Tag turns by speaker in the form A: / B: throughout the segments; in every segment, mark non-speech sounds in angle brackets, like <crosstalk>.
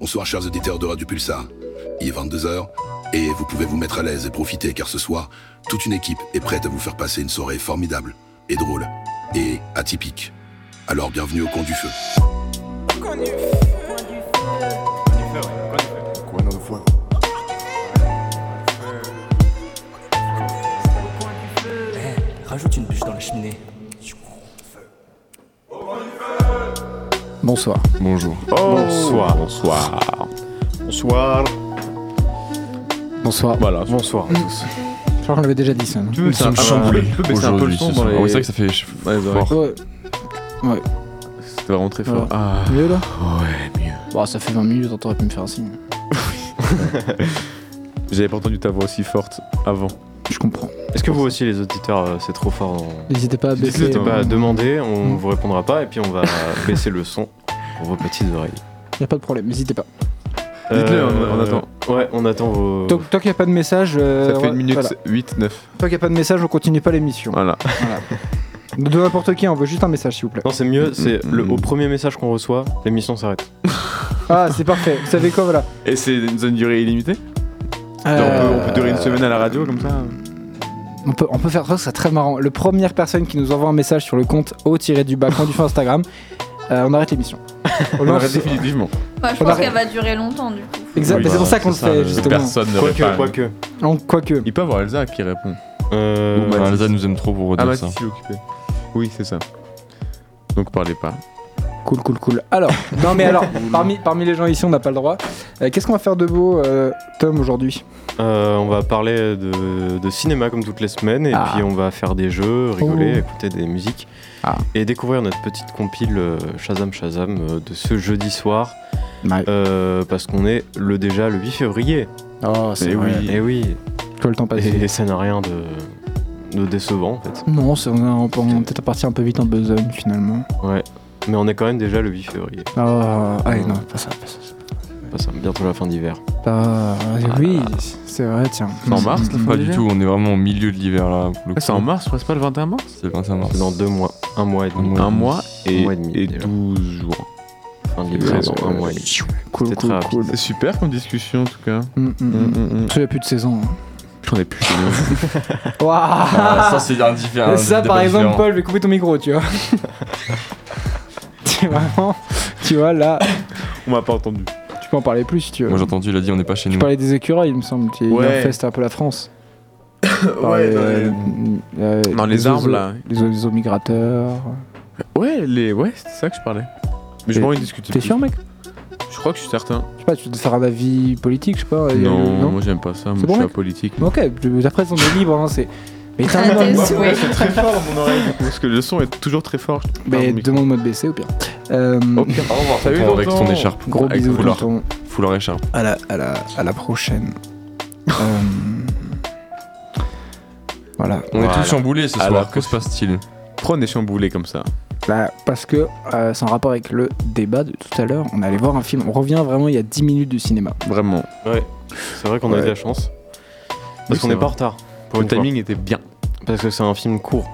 A: Bonsoir chers auditeurs d'Aura du Pulsar. Il est 22h et vous pouvez vous mettre à l'aise et profiter car ce soir, toute une équipe est prête à vous faire passer une soirée formidable et drôle et atypique. Alors bienvenue au Coin du Feu.
B: Rajoute une bûche dans la cheminée.
C: Bonsoir.
D: Bonjour.
E: Bonsoir. Oh. Bonsoir.
D: Bonsoir.
C: Bonsoir.
E: Voilà. Bonsoir.
C: Je crois qu'on l'avait déjà dit ça. non
E: Nous sommes chamboulés. Tu peux baisser un peu le son dans les.
F: Ah
D: Oui, c'est vrai que ça fait ch-
E: Ouais, dans les-
D: fort.
C: Ouais,
E: C'était vraiment très fort.
C: Ouais.
E: Ah.
C: mieux là
E: Ouais, mieux.
C: Bon, ça fait 20 minutes, t'aurais pu me faire un signe.
E: J'avais pas entendu ta voix aussi forte avant.
C: Je comprends.
F: Est-ce que vous aussi, les auditeurs, euh, c'est trop fort en-
C: N'hésitez pas à baisser. euh,
F: N'hésitez pas à demander, on
C: Mm.
F: vous répondra pas et puis on va <laughs> baisser le son pour vos petites oreilles.
C: Y a pas de problème, n'hésitez pas.
E: Dites-le,
F: Euh,
E: on- on attend.
F: Ouais, on attend vos.
C: Tant, tant qu'il n'y a pas de message. euh,
E: Oh. Ça fait une
C: ouais,
E: minute
C: voilà.
E: 8, 9.
C: Tant qu'il n'y a pas de message, on continue pas l'émission.
E: Voilà.
C: Voilà. De n'importe qui, on veut juste un message s'il vous plaît.
F: Non, c'est mieux, c'est
E: Mm,
F: le,
E: mm.
F: au premier message qu'on reçoit, l'émission s'arrête.
C: Ah, c'est parfait. Vous savez quoi, voilà.
E: Et c'est une zone durée illimitée Genre,
C: Euh,
E: on, peut, on peut durer une semaine à la radio comme ça
C: On peut, on peut faire ça, c'est très marrant. La première personne qui nous envoie un message sur le compte au-du-bas, du feu Instagram, euh, on arrête l'émission.
E: On
C: lance-
E: arrête définitivement.
G: Ouais, je
C: On
G: pense
C: arrête.
G: qu'elle va durer longtemps du coup.
C: Exact,
E: Oui,
C: mais c'est
E: bah,
C: pour ça qu'on le
F: c'est ça,
C: fait,
F: le-
C: justement.
D: Personne ne
F: Quoique,
D: répond.
F: quoique.
C: En- Quoique.
E: Il peut avoir Elsa qui répond.
F: Euh,
E: Ou
D: Ah,
E: Mathis.
D: Elsa nous aime trop pour
E: Ah,
D: redire
E: bah,
D: ça.
E: si, je suis occupé. Oui, c'est ça. Donc parlez pas.
C: Cool, cool, cool. Alors, non mais alors, parmi, parmi les gens ici, on n'a pas le droit. Euh, Qu'est-ce qu'on va faire de beau, euh, Tom, aujourd'hui
F: euh, on va parler de, de cinéma comme toutes les semaines et
C: Ah.
F: puis on va faire des jeux, rigoler,
C: Oh.
F: écouter des musiques
E: Ah.
F: et découvrir notre petite compile euh, Shazam Shazam euh, de ce jeudi soir
C: Bah,
F: euh, parce qu'on est le déjà le 8 février.
C: Oh,
E: Eh
C: vrai.
E: oui.
F: Et oui,
C: Que le temps passe.
F: et ça n'a rien de, de décevant en fait.
C: <laughs> Non, c'est- on, a- on peut- on est peut-être parti un peu vite en besogne, finalement.
F: Mais on est quand même déjà le 8 février.
C: Oh, ah, non, pas ça, pas ça.
F: Pas ça, bientôt la fin d'hiver.
C: Ah, oui, c'est vrai, tiens.
E: C'est en mars la fin
D: Pas du tout, on est vraiment au milieu de l'hiver là. pour le
E: Ah,
D: coup.
E: C'est en mars, je crois, c'est pas le 21 mars
D: C'est le 25 mars.
F: C'est dans deux mois, un mois et demi.
D: Ouais.
E: Un mois et,
F: Un mois et demi,
E: et
F: déjà.
E: 12 jours.
F: Fin d'hiver,
E: Ouais,
F: dans un
E: ouais.
F: mois et demi.
C: Cool,
F: C'était
C: cool,
F: très rapide. Mm,
C: cool.
E: C'est super comme discussion en tout cas.
C: Hum,
E: Mm,
C: hum, hum. Parce qu'il y a plus de saison. hein.
E: J'en ai plus.
D: Ah, ça c'est
C: ça,
D: indifférent. c'est
C: par
D: pas
C: exemple,
D: différent.
C: Paul, je vais couper ton micro, tu vois. tu, vraiment, tu vois, là,
E: <laughs> On m'a pas entendu.
C: tu peux en parler plus si tu veux.
D: Moi j'ai entendu, il a dit on n'est pas chez
C: Tu
D: nous.
C: parlais des écureuils, il me semble. qui
E: Ouais.
C: infestent un peu la France. Par les- euh,
E: dans les arbres,
C: oiseaux-
E: là.
C: Les oiseaux migrateurs.
E: Ouais, les... ouais c'est ça que je parlais. Mais j'ai
C: Et-
E: pas envie de discuter.
C: T'es
E: plus.
C: sûr, mec
E: Je crois que je suis certain.
C: Je sais pas, tu veux faire un avis politique, je sais pas. Ah, il y a
E: Non,
C: le- non
E: moi j'aime pas ça. Moi,
C: C'est
E: je
C: bon,
E: suis
C: mec
E: apolitique.
C: Ok, je- après, on est libre, hein, c'est. Mais t'as
G: Ah, t'es
C: un
G: souhait.
E: très fort dans mon oreille. Parce que le son est toujours très fort.
C: Mais
E: Pardon,
C: demande-moi de baisser, au pire. Euh,
E: Au pire, au revoir. Salut,
D: Prends avec
E: tonton.
D: son écharpe.
C: gros
D: avec
C: bisous,
D: foulard.
C: tonton.
D: Foulard écharpe.
C: À la, à la, à la prochaine.
E: <laughs>
C: Euh, Voilà.
D: On est
E: Voilà.
D: tous chamboulés ce
E: À la
D: soir. Que
E: prochaine.
D: se passe-t-il
E: Prends des chamboulés comme ça.
C: Bah, parce que, euh, c'est en rapport avec le débat de tout à l'heure, on allait voir un film. On revient vraiment il y a 10 minutes du cinéma.
E: Vraiment.
F: C'est vrai qu'on a eu de la chance. Parce
E: Oui,
F: qu'on
E: c'est
F: n'est pas
E: vrai.
F: en retard. Pour
E: Le
F: une fois.
E: timing était bien.
F: Parce que c'est un film court,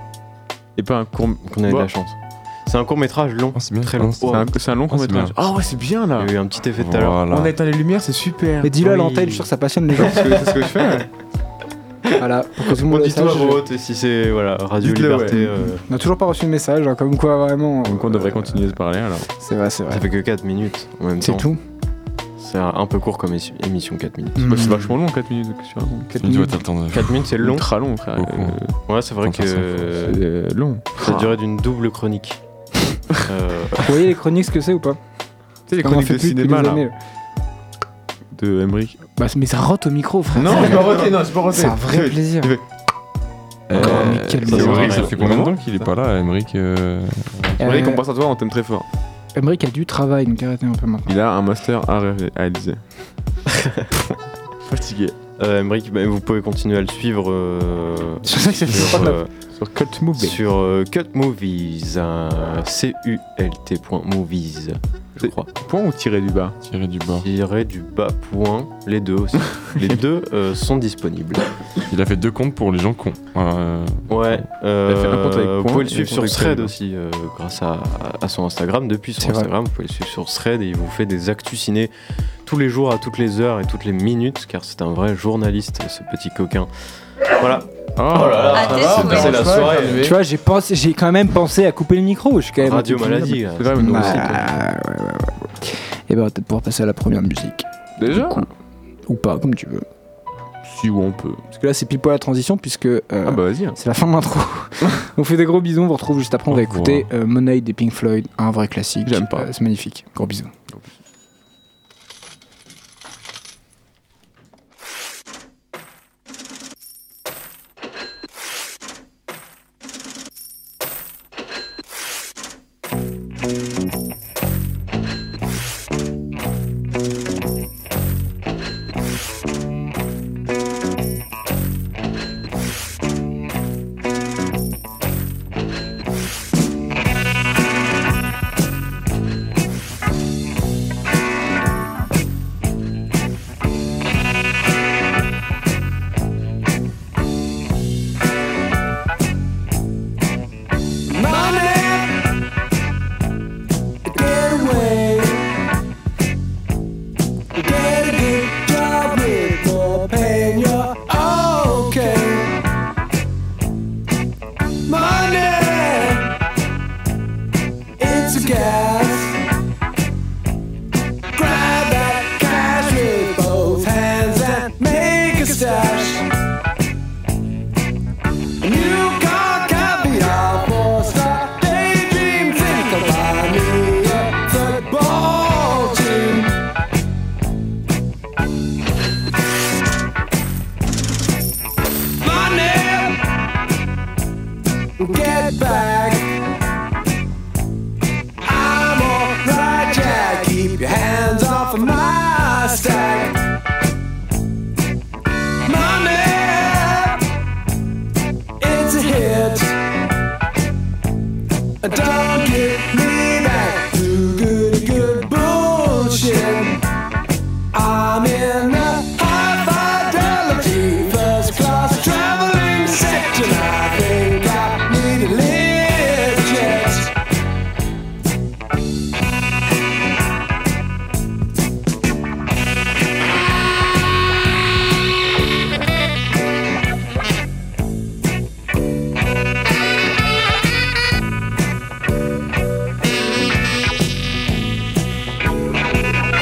E: Et pas un court.
F: qu'on a eu de
E: Bon.
F: la chance. C'est un court métrage long.
D: Oh, C'est bien.
F: Très long.
E: C'est un, c'est un long
D: Ah, c'est bien.
E: court-métrage. Ah ouais, c'est bien là.
F: Il y a eu un petit effet tout à l'heure.
D: Voilà.
E: On a éteint les lumières, c'est super.
C: Mais dis-le à
F: Oui.
C: l'antenne, je suis sûr que ça passionne les gens.
E: C'est ce que- c'est ce que je fais. ouais.
C: <laughs> voilà, pour que tout le
F: On
C: monde
F: dit tout
C: sache,
F: à voix haute si c'est voilà, Radio
E: Dites-le,
F: Liberté.
E: ouais.
F: euh,
C: On n'a toujours pas reçu de message, hein, comme quoi vraiment.
E: <laughs> Donc on devrait continuer de parler alors.
C: C'est vrai, c'est vrai.
F: Ça fait que 4 minutes en même
C: C'est
F: temps.
C: tout.
F: C'est un peu court comme émission- émission 4 minutes.
E: Bah, C'est vachement long 4 minutes que tu vois.
D: Tu dois t'attendre.
F: 4 minutes c'est long.
E: Ultra long frère.
D: Beaucoup.
E: Euh,
F: Ouais, c'est vrai que euh,
E: c'est, euh, long.
F: ça durait d'une double
E: <laughs>
F: chronique. Euh,
C: Vous voyez les chroniques ce que c'est ou pas
E: Tu sais les
C: On en
E: chroniques
C: fait
E: de
C: plus depuis
E: cinéma
C: des
E: là
C: années.
E: de Emmerich.
C: Bah, mais ça rote au micro, frère.
E: Non, c'est pas roté, non, c'est pas roté.
C: C'est un vrai plaisir.
D: Euh,
C: Oh, mais quel
D: c'est
F: malheur.
D: vrai, ça fait combien de temps
E: Vraiment
D: qu'il est pas là, Emmerich euh,
E: Emmerich,
C: Euh,
E: on pense à toi, on t'aime très fort.
C: Emmerich a du travail, donc arrêtez un peu maintenant.
E: Il a un master à ré- à réaliser. Fatigué.
F: euh, Emric, bah, vous pouvez continuer à le suivre euh,
C: C'est pour ça que ça fait
F: sur,
C: pas de la-
F: euh,
E: Sur Cult Movie.
F: sur euh, Cut Movies, euh, C-U-L-T.movies, je
E: C'est-
F: crois.
E: Point ou tiré du bas
D: tiré du bas
F: Tiré du bas point, les deux
E: <laughs>
F: aussi. les deux euh, sont disponibles.
D: Il a fait deux comptes pour les gens cons. Voilà, euh,
F: Ouais, euh,
E: Elle fait un compte avec
F: vous
E: point
F: pouvez le
E: et
F: suivre
E: un compte
F: sur
E: avec
F: Thread
E: Thread.
F: aussi, euh, grâce à, à son Instagram. Depuis son
C: C'est vrai.
F: Instagram, vous pouvez le suivre sur Thread et il vous fait des actus ciné tous les jours, à toutes les heures et toutes les minutes, car c'est un vrai journaliste, ce petit coquin. Voilà.
E: Oh,
F: Oh
H: À tes
F: ça va,
H: souhaits.
F: c'est la soirée.
C: Tu vois, j'ai pensé, j'ai quand même pensé à couper le micro. Je suis quand même.
F: Radio maladie. là.
C: euh,
I: C'est vrai, mais nous
C: Bah,
I: aussi.
E: hein.
I: quoi.
C: Et ben, on va peut-être pouvoir passer à la première musique.
E: Déjà
C: Ou pas, comme tu veux.
E: Si ou on peut.
C: Parce que là, c'est pile poil la transition, puisque euh,
I: Ah bah
E: hein.
I: vas-y.
C: c'est la fin
I: <laughs>
C: de l'intro. on fait des gros bisous, on vous retrouve juste après. On va
E: Au
C: écouter euh, Money des Pink Floyd, un vrai classique.
I: J'aime pas.
C: Euh, c'est magnifique. Gros bisous.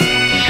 J: Money,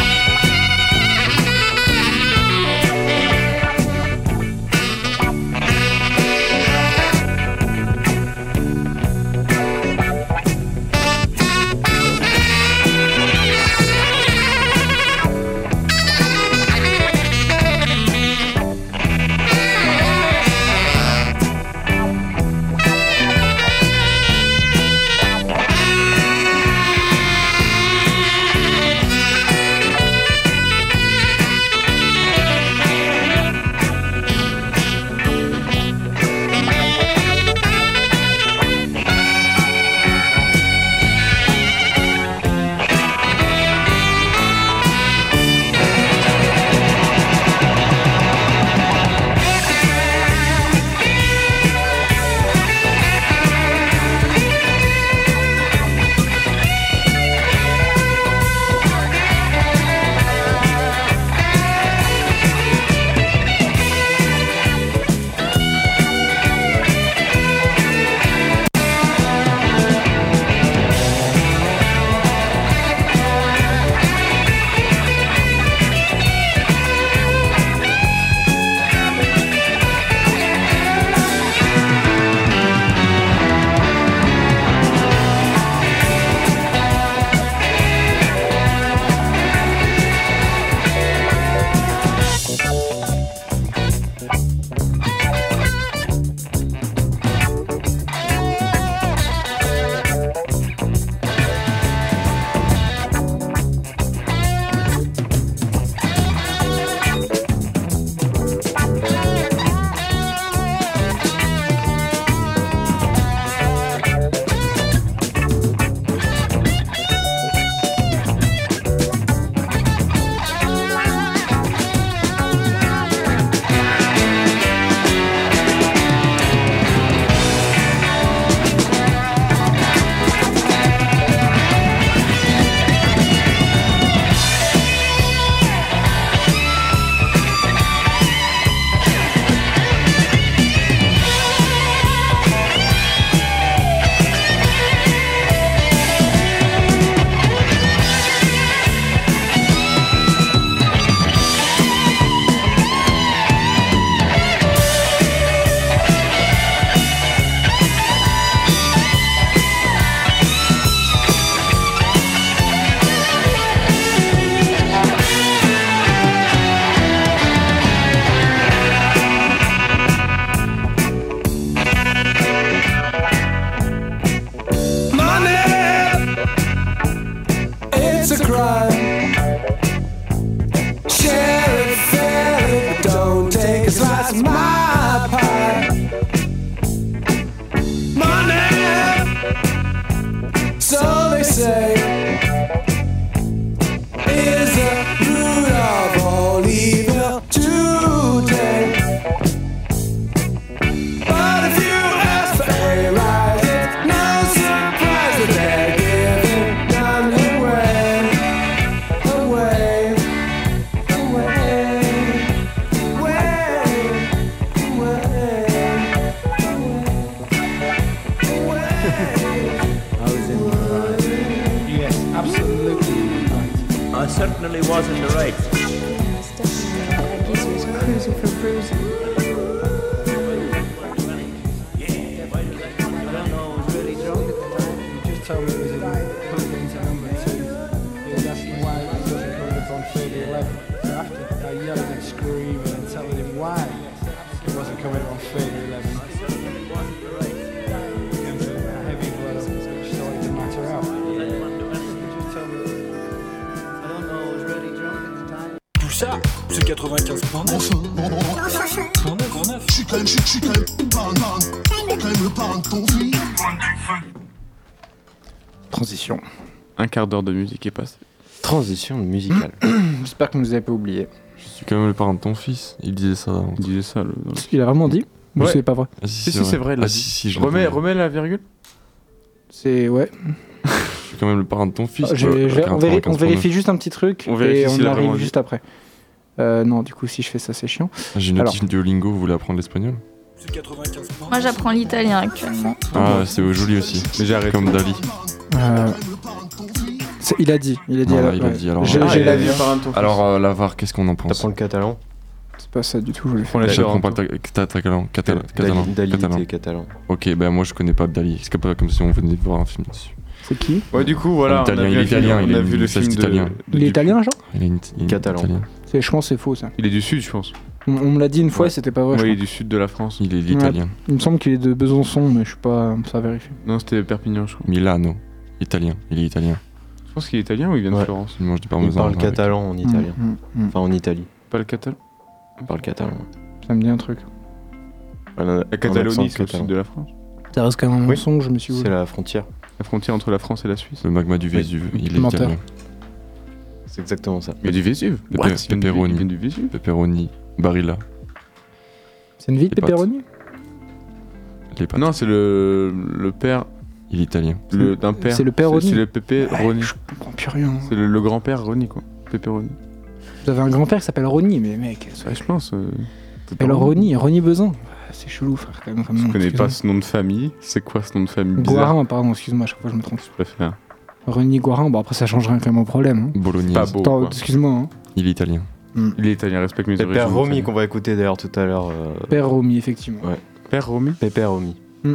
K: definitely was in the right.
J: Tout ça, c'est 95 points.
C: Transition.
E: Un quart d'heure de musique est passé.
F: Transition musicale.
C: J'espère que vous nous avez pas oublié.
D: Je suis quand même le parent de ton fils. Il disait ça avant.
E: Il disait ça. le- dans le-
C: Il a vraiment dit Ou
E: Ouais.
C: c'est pas vrai
D: Ah,
E: Si, si, c'est vrai, il
D: Ah,
E: l'a
D: si,
E: dit.
D: si, je
E: remets,
D: l'entendais.
E: remets la virgule.
C: C'est ouais.
D: Je suis quand même le parent de ton fils.
C: Ah, je-
D: quoi,
C: je-
D: avec un
C: on, véri- on
D: 95
C: vérifie juste un petit truc
E: On vérifie
C: et on
E: s'il a vraiment
C: arrive
E: dit.
C: juste après. Euh, non, du coup, si je fais ça, c'est chiant.
D: Ah, J'ai une
C: Alors.
D: notif Duolingo, vous voulez apprendre l'espagnol
G: Moi j'apprends l'italien actuellement.
D: Ah, c'est joli aussi.
E: Mais j'ai arrêté.
D: Comme Dali.
C: Euh, c'est- Il a dit, il a dit.
D: Non,
C: à la-
D: là, il a
C: ouais.
D: dit, alors,
E: Ah,
C: J'ai
D: euh,
C: j'ai
D: il
C: la
D: a
C: vie.
D: Alors, euh, la VAR, qu'est-ce qu'on en pense
F: T'apprends le catalan
C: C'est pas ça du tout. Je voulais faire.
E: On l'a
D: Je
E: déjà
D: comprends pas le ta- ta- catalan. Catalan. Catalan.
F: Dali- Dali,
D: catalan.
F: t'es catalan.
D: Ok, ben moi je connais pas Dali. C'est pas comme si on venait de voir un film dessus.
C: C'est qui
E: Ouais, du coup, voilà.
D: Italien,
E: on
D: il
E: a vu
D: est
E: la film-
D: italien, il
E: On a
D: est
E: vu
D: une
E: le
D: fesse
E: film de.
D: d'italien.
E: de-
C: Il est italien, genre
D: Il est une- il est
F: Catalan.
D: italien.
C: C'est- Je pense que c'est faux ça.
E: Il est du sud, je pense.
C: On, on me l'a dit une fois et c'était pas vrai. je
E: Ouais, il est
C: crois.
E: du sud de la France.
D: Il est l'italien.
C: Il me semble qu'il est de Besançon, mais je suis pas. Ça vérifie.
E: Non, c'était Perpignan, je crois.
D: Milano. Italien. Il est italien.
E: Je pense qu'il est italien ou il vient de
F: Ouais.
E: Florence
D: Il mange du
F: Il
D: parmesan.
F: parle
D: avec-
F: catalan en italien.
C: Mm, mm, mm.
F: Enfin, en Italie.
E: Pas le catalan.
F: Il parle catalan.
C: Ça me dit un truc. Ah,
F: Voilà,
E: La
F: un accent
E: Catalonie, c'est le
F: catalan.
E: sud de la France.
C: Ça reste quand même un
F: Oui.
C: mensonge, je me suis
F: C'est
C: dit.
F: la frontière.
E: La frontière entre la France et la Suisse.
D: Le magma du Vésuve. Il est
C: Menteur.
D: italien.
F: C'est exactement ça.
E: Mais du Vésuve.
D: Le
E: What
D: pe-
E: Il vient du-
D: pepperoni.
E: Il vient du Vésuve.
D: Pepperoni. Barilla.
C: C'est une vie de
D: Les pâtes.
C: pepperoni
D: Les pâtes.
E: Non, c'est le, le père
D: Il est italien.
E: le- d'un père.
C: c'est le père Ronny.
E: C'est le pépé Ronny.
C: Je comprends plus rien.
E: C'est le, le grand-père Ronny, quoi. Pépé Ronny.
C: Vous avez un grand-père qui s'appelle Ronny, mais mec,
E: Ouais, je pense. euh,
C: Et alors Ronny, Ronny Besan Ah, C'est chelou, frère, quand même. comme
E: Je
C: nom,
E: connais pas
C: excuse-moi.
E: ce nom de famille. C'est quoi ce nom de famille bizarre
C: Guarin, pardon, excuse-moi, à chaque fois je me trompe.
E: Je préfère.
C: Ronny Guarin, bon après ça change rien quand même au problème. hein.
E: Pas
D: Bolognaise.
E: beau.
C: Attends,
E: quoi.
C: excuse-moi. hein.
D: Il est italien.
E: Il est italien, respecte mes origines.
F: Pépère Romy
E: italiennes.
F: qu'on va écouter d'ailleurs tout à l'heure. euh,
C: Père Romy, effectivement.
E: Père Romy
F: Pépère Romy.
C: Hmm.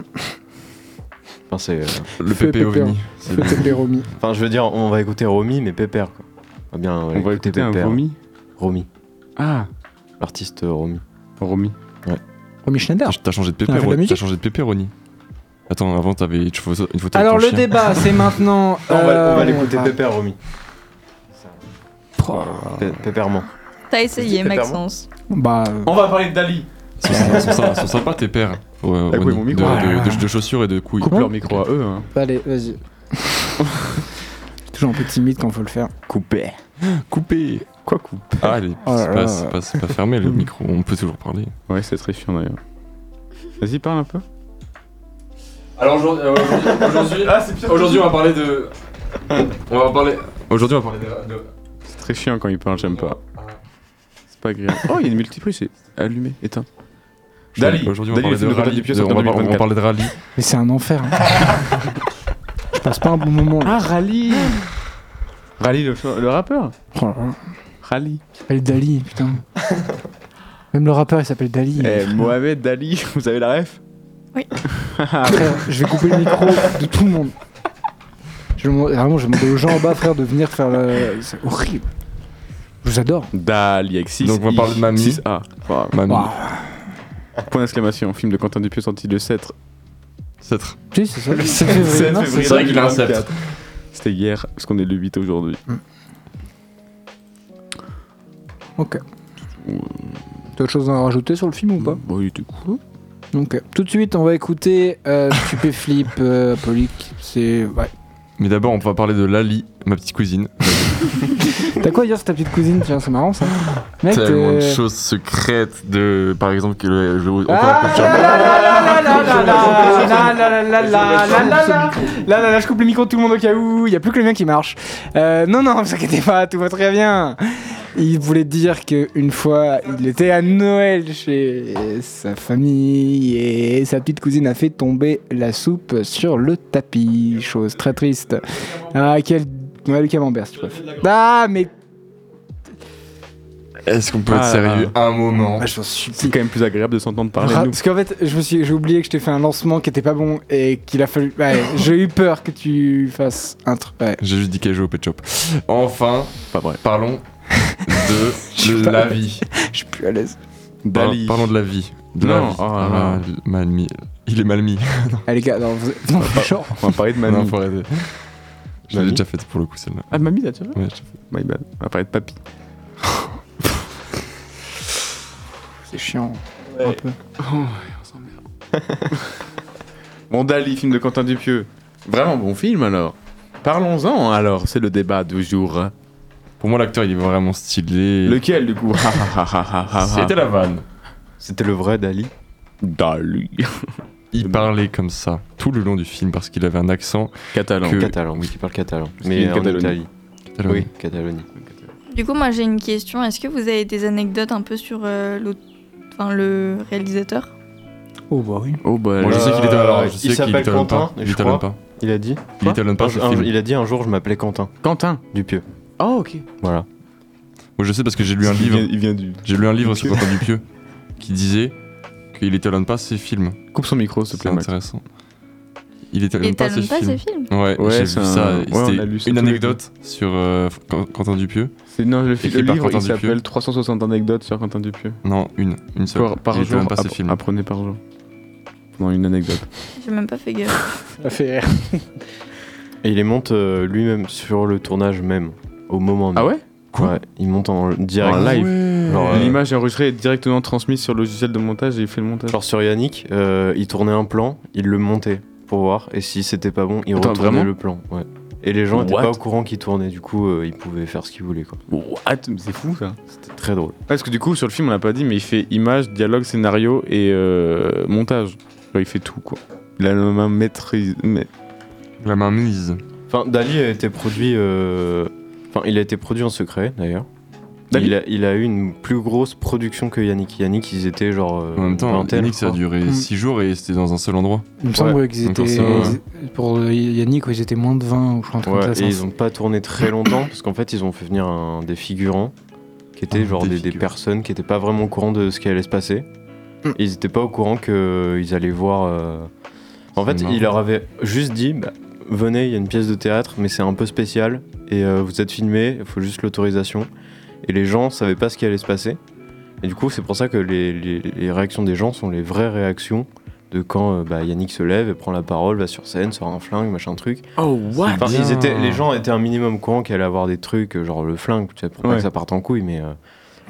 F: Enfin, c'est, euh,
D: Le
C: Feu
D: pépé ovni. C'est le-
C: Faites Père Romy.
F: enfin, je veux dire, on va écouter Romy, mais Pépère, quoi. Ah bien,
E: On va écouter un
F: Pépère.
E: Romy
F: Romy.
E: Ah
F: L'artiste euh, Romy.
E: Romy.
C: Romy Schneider.
D: T'as changé de
C: Ah,
D: pépé,
C: la
D: Ronny.
C: musique
D: T'as changé de pépé, Ronny. Attends, avant t'avais une photo une photo avec
C: Alors
D: ton
C: le
D: chien.
C: débat, c'est
E: <laughs>
C: maintenant.
F: Non, on va, on va
C: euh, <laughs>
F: l'écouter
C: va-
F: Pépère Romy.
C: Pouah.
F: Pé- Pépèrement.
G: T'as essayé
F: C'est vraiment-
G: Maxence.
C: Bah. euh,
E: On va parler de Dali
D: Ils sont, ils sont, sympas- sont sympas tes pères. Ouais,
E: coupé
D: Ronny.
E: mon
D: de,
E: micro.
D: de- de- de chaussures et de couilles.
C: Coupe leur
E: micro à eux. Hein.
C: euh, Allez,
E: <laughs>
C: vas-y. Je suis Toujours un peu timide quand faut le faire.
F: Coupé.
D: Coupé.
E: Quoi coupe
D: Ah, allez,
C: Oh là
D: c'est
C: là.
D: pas, c'est pas- c'est pas fermé le micro, on peut toujours parler.
E: Ouais, c'est très chiant d'ailleurs. Vas-y, parle un peu.
D: Alors aujourd'hui, aujourd'hui, on va parler de. On va parler. Aujourd'hui, on va parler de.
E: C'est très chiant quand il parle, j'aime pas. C'est pas agréable. Oh, il y a une multiprise, c'est allumé, éteint. Dali.
D: Aujourd'hui, on va
E: Dali,
D: parler
E: le
D: de
E: film de Dali
D: rallye.
E: Pius
D: de- On va
E: sorti en
D: par- on va
E: 2024.
D: parler de rallye.
C: Mais c'est un
E: <laughs>
C: enfer. hein. je passe pas un bon moment. là.
E: Ah, Rally Rally, le, le rappeur
C: Oh là là.
E: Rally.
C: Il s'appelle Dali, putain. Même le rappeur il s'appelle Dali.
E: <laughs> Eh, Mohamed Dali, vous avez la ref
C: Frère, je vais couper le micro de tout le monde. Je vais demander- vraiment, je vais demander aux gens en bas, frère, de venir faire le. C'est horrible. Je vous adore.
E: Dali avec 6
D: Donc, on va parler de Mamie.
E: 6A.
D: Mamie.
C: Waouh.
E: Point d'exclamation, film de Quentin Dupieux sorti le 7
D: Sceptre.
C: Tu sais, c'est ça. Le
E: février,
C: non,
E: février.
C: c'est-
D: C'est vrai qu'il a un
E: 2024.
D: sceptre.
E: C'était hier, parce qu'on est le 8 aujourd'hui.
C: Ok. T'as autre chose à rajouter sur le film ou pas
E: Bon, il était cool.
C: Ok. Tout de suite, on va écouter euh, <laughs> Stupéflip, euh, Polyc. C'est. Ouais.
D: Mais d'abord, on va parler de Lali, ma petite cousine.
C: T'as quoi à dire sur ta petite cousine Tiens, c'est marrant ça. Mec, euh,
D: Tellement de
C: t'es-
D: choses secrètes de. Par exemple, que le- je- encore un peu de
C: Ah
D: charme.
C: là là là là là là là là là là là là là là. Là, là, là, je coupe le micro de tout le monde au cas où. Il n'y a plus que le mien qui marche. Euh, non, non, vous inquiétez pas, tout va très bien. Il voulait dire qu'une fois, il était à Noël chez sa famille et sa petite cousine a fait tomber la soupe sur le tapis. Chose très triste. Ah, quel. Ouais, le camembert, si tu préfères. Ah, mais
E: Est-ce qu'on peut
D: être sérieux Ah, un moment
C: Ah, je suis
E: C'est quand même plus agréable de s'entendre parler.
C: Ra-
E: Nous.
C: Ah, Parce qu'en fait, je me suis, j'ai oublié que je t'ai fait un lancement qui était pas bon et qu'il a fallu.
F: <laughs>
C: ouais, j'ai eu peur que tu fasses un truc. Ouais.
D: J'ai juste dit qu'elle joue au Pet Shop. Enfin,
E: Pas vrai.
D: parlons <laughs> de,
C: suis
D: de
C: pas
D: la
C: à
D: vie.
C: Je suis plus à l'aise.
D: Par-
E: Dali.
D: Parlons de la vie. De la
E: Non,
D: vie.
E: oh là
D: Ah,
E: là.
D: mal mis. Il est mal mis.
F: Ah.
C: Allez, les gars, non, vous êtes- non, genre,
E: On va parler de
D: Non,
E: mamie.
D: faut arrêter. Je l'ai
E: Mamie.
D: déjà faite pour le coup celle-là.
E: Ah, de mamie, là, tu vois
D: Ouais, je l'ai faite.
E: My bad. On va parler de papy.
C: c'est chiant. Un peu.
E: Bon, Dali, film de Quentin Dupieux. Vraiment bon film, alors. Parlons-en, alors. C'est le débat du jour.
D: Pour moi, l'acteur, il est vraiment stylé.
E: Lequel, du coup <laughs> C'était
D: C'était la vanne.
F: C'était le vrai Dali.
E: Dali.
D: Il parlait comme ça tout le long du film parce qu'il avait un accent.
E: Catalan.
D: Que-
F: Catalan, oui, qui parle catalan.
E: Parce qu'il
F: Mais
E: est
F: en
E: Catalogne.
F: Italie.
D: catalan.
F: Oui, Catalogne.
G: Du coup, moi j'ai une question. Est-ce que vous avez des anecdotes un peu sur euh, l'aut- enfin, le réalisateur
C: Oh bah oui.
E: Oh, bah,
D: Moi, Euh, je
E: là.
D: sais qu'il était alors, je
F: il
D: sais qu'il
F: s'appelle
D: talonne pas.
F: Quentin,
D: Il
F: je
D: talonne
F: crois.
D: pas.
F: Il a dit
D: Il talonne pas
F: Un-
D: ce
F: un-
D: film.
F: Il a dit un jour, je m'appelais Quentin
E: Quentin.
F: Dupieux.
E: Oh, ok.
F: Voilà.
D: Moi, je sais parce que j'ai lu un
E: Il vient-
D: livre.
E: Il vient du.
D: J'ai lu un livre sur
E: Dupieux.
D: Quentin Dupieux qui disait qu'il étalonne pas ses films.
E: Coupe son micro, s'il
D: C'est
E: te plaît, Max.
D: intéressant. Il étalonne
G: Et
D: pas ses
G: t'allumes pas
D: films.
G: ce film
D: Ouais,
E: Ouais,
D: j'ai
E: c'est
D: vu
E: un-
D: ça.
E: ouais, on a lu ça
D: C'était une
E: tous les
D: anecdote sur euh, Quen- Quentin Dupieux.
E: C'est- Non, le, fi-
D: Écrit
E: le
D: par
E: livre,
D: Quentin
E: il s'appelle
D: Dupieux.
E: 360 anecdotes sur Quentin Dupieux.
D: Non, une. Une seule.
E: Par, par
D: il
E: jour,
D: étalonne pas ses
E: appre-
D: films.
E: apprenez par jour. Pendant une anecdote.
G: J'ai même pas fait gaffe.
C: Ça fait rire.
F: Et il les monte euh, lui-même sur le tournage même, au moment même.
E: Ah ouais
F: Ouais, il monte en direct.
E: En
C: Ah
E: live.
F: Genre, euh,
E: L'image est enregistrée et directement transmise sur le logiciel de montage et il fait le montage.
F: Genre sur Yannick, euh, il tournait un plan, il le montait pour voir, et si c'était pas bon, il
E: Attends,
F: retournait
E: vraiment
F: le plan. Ouais. Et les gens étaient
E: What
F: pas au courant qu'il tournait, du coup euh, ils pouvaient faire ce qu'ils voulaient quoi.
E: What Mais C'est fou ça.
F: C'était très drôle.
E: Parce que du coup, sur le film, on l'a pas dit, mais il fait image, dialogue, scénario et euh, montage. Genre, il fait tout quoi. Il a la main maîtrise. mais-
D: La main mise.
F: Enfin, Dali a été produit. euh, Enfin, il a été produit en secret d'ailleurs.
E: Dali
F: Il a, il a eu une plus grosse production que Yannick. Yannick, ils étaient genre. euh,
D: En même temps,
F: vingtaine,
D: Yannick,
F: je
D: ça a
F: crois.
D: duré
C: Mm.
D: 6 jours et c'était dans un seul endroit.
C: Il me
F: Ouais,
C: semble ouais, qu'ils
D: donc pour
C: étaient.
D: ça, ouais.
C: ils- Pour euh, Yannick, ouais, ils étaient moins de 20 ou je crois un truc
F: Ouais,
C: comme ça,
F: et
C: ça.
F: ils ont pas tourné très longtemps parce qu'en fait ils ont fait venir un- des figurants qui étaient
D: Ah,
F: genre
D: des
F: des, des
D: figurants.
F: personnes qui étaient pas vraiment au courant de ce qui allait se passer.
E: Mm.
F: Et ils étaient pas au courant que ils allaient voir. euh, En
D: C'est
F: fait,
D: marrant.
F: il leur avait juste dit bah, venez, il y a une pièce de théâtre, mais c'est un peu spécial et euh, vous êtes filmé, il faut juste l'autorisation. Et les gens savaient pas ce qui allait se passer. Et du coup, c'est pour ça que les, les- les réactions des gens sont les vraies réactions de quand euh, bah, Yannick se lève et prend la parole, va sur scène, sort un flingue, machin truc.
E: Oh, what
F: Enfin, ils étaient, les gens étaient un minimum au courant qu'il allait avoir des trucs, euh, genre le flingue, tu sais, pour pas
E: Ouais.
F: que ça parte en couille, mais, euh,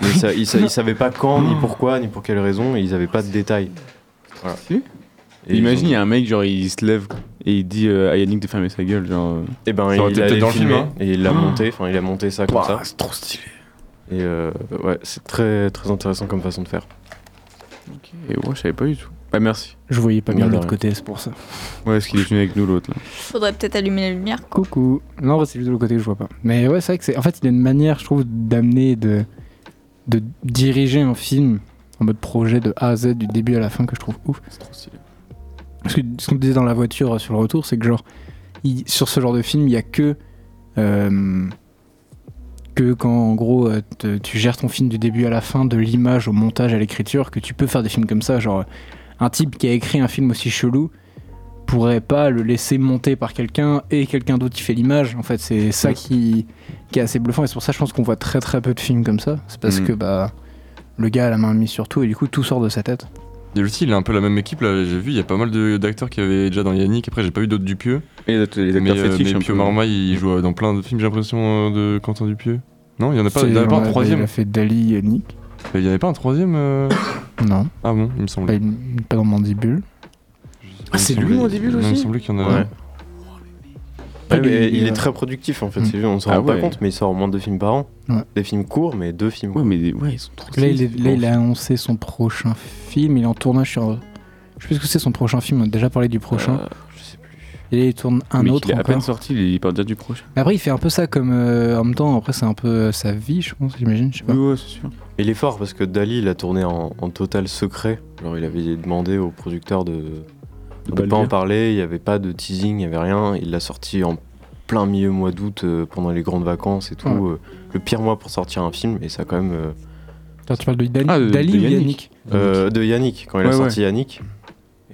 F: mais ça- ils, sa- ils savaient pas quand, ni pourquoi, ni pour quelle raison, et ils avaient pas de détails.
D: Ah.
F: Voilà.
E: Si. Imagine, il y a un mec, genre, il se lève et il dit euh, à Yannick de fermer sa gueule. Genre, euh,
F: Et ben,
D: Ça
F: il
D: aurait été
F: allait
D: peut-être dans le
F: filmer,
D: film, hein.
F: et il l'a monté, enfin, il a monté ça comme ça.
E: c'est trop stylé.
F: Et euh, ouais, c'est très, très intéressant comme façon de faire.
E: Et ouais, je savais pas du tout. Bah, merci.
C: Je voyais pas bien
F: Merde,
C: de l'autre
F: ouais.
C: côté, c'est pour ça.
E: Ouais, est-ce qu'il est venu avec nous, l'autre là
G: <laughs> Faudrait peut-être allumer la lumière.
C: Coucou. Non, en vrai, c'est juste de l'autre côté, je vois pas. Mais ouais, c'est vrai que c'est. En fait, il y a une manière, je trouve, d'amener, et de... de diriger un film en mode projet de A à Z, du début à la fin, que je trouve ouf.
E: C'est trop stylé.
C: Parce que ce qu'on disait dans la voiture euh, sur le retour, c'est que genre, il- sur ce genre de film, il y a que. euh, que quand en gros euh, te- tu gères ton film du début à la fin, de l'image au montage à l'écriture, que tu peux faire des films comme ça. Genre, euh, un type qui a écrit un film aussi chelou pourrait pas le laisser monter par quelqu'un et quelqu'un d'autre qui fait l'image. En fait, c'est ça
D: Mm.
C: qui, qui est assez bluffant et c'est pour ça je pense qu'on voit très très peu de films comme ça. C'est parce
D: Mm.
C: que bah le gars a la main mise sur tout et du coup tout sort de sa tête.
D: Et lui aussi, il a un peu la même équipe là. J'ai vu, il y a pas mal de- d'acteurs qui avaient déjà dans Yannick. Après, j'ai pas eu d'autres Dupieux.
E: Et les acteurs
D: mais, euh,
E: fétiches,
D: mais
E: un
D: Pio
E: peu. Mm.
D: Marmaille, il joue euh, dans plein de films, j'ai l'impression, euh, de Quentin Dupieux. Non, il y en a pas, il y en
C: C'est-
D: avait pas
C: ouais,
D: un
C: Il
D: troisième.
C: a fait Dali et Nick.
D: Il y en avait pas un troisième. euh,
C: Non,
D: Ah bon, il me
C: pas,
D: semblait.
C: Bah, pas dans Mandibule.
D: Il me
E: c'est lui,
D: semblait-
E: Mandibule,
D: Il me
E: aussi
D: semblait qu'il y en avait.
F: Ouais.
C: Pas
F: Ouais, mais
C: des-
F: il
C: euh,
F: est très productif en fait,
C: Mm.
F: c'est vrai, on s'en
E: Ah
F: rend pas
E: ouais.
F: compte, mais il sort au moins deux films par an.
C: Ouais.
F: Des films courts, mais deux films.
E: Ouais, mais des- ouais, ils sont trop
C: Là,
E: stylés.
C: il, est- là, il a annoncé son prochain film. Il est en tournage sur. Je sais plus ce que c'est son prochain film. On a déjà parlé du prochain.
E: Euh,
F: Je sais plus.
C: Et là, il tourne un
E: Mais
C: autre
E: qu'il est à
C: encore.
E: peine sorti, il part déjà du prochain.
C: Mais Après, il fait un peu ça comme. euh, en même temps, après, c'est un peu euh, sa vie, je pense. J'imagine. Je sais pas.
E: Oui, ouais, c'est sûr.
F: Il est fort parce que Dali il a tourné en, en total secret. Genre il avait demandé au producteur de
E: De
F: de
E: pas le
F: pas en
E: dire.
F: parler, il n'y avait pas de teasing, il n'y avait rien. Il l'a sorti en plein milieu mois d'août euh, pendant les grandes vacances et tout.
C: Ouais.
F: euh, le pire mois pour sortir un film et ça a quand même euh,
L: Attends, tu parles de Dali,
E: Ah, de-
L: Dali
E: de
L: ou
E: Yannick.
L: Yannick
F: Euh, de Yannick, quand il a
E: Ouais,
F: sorti Yannick.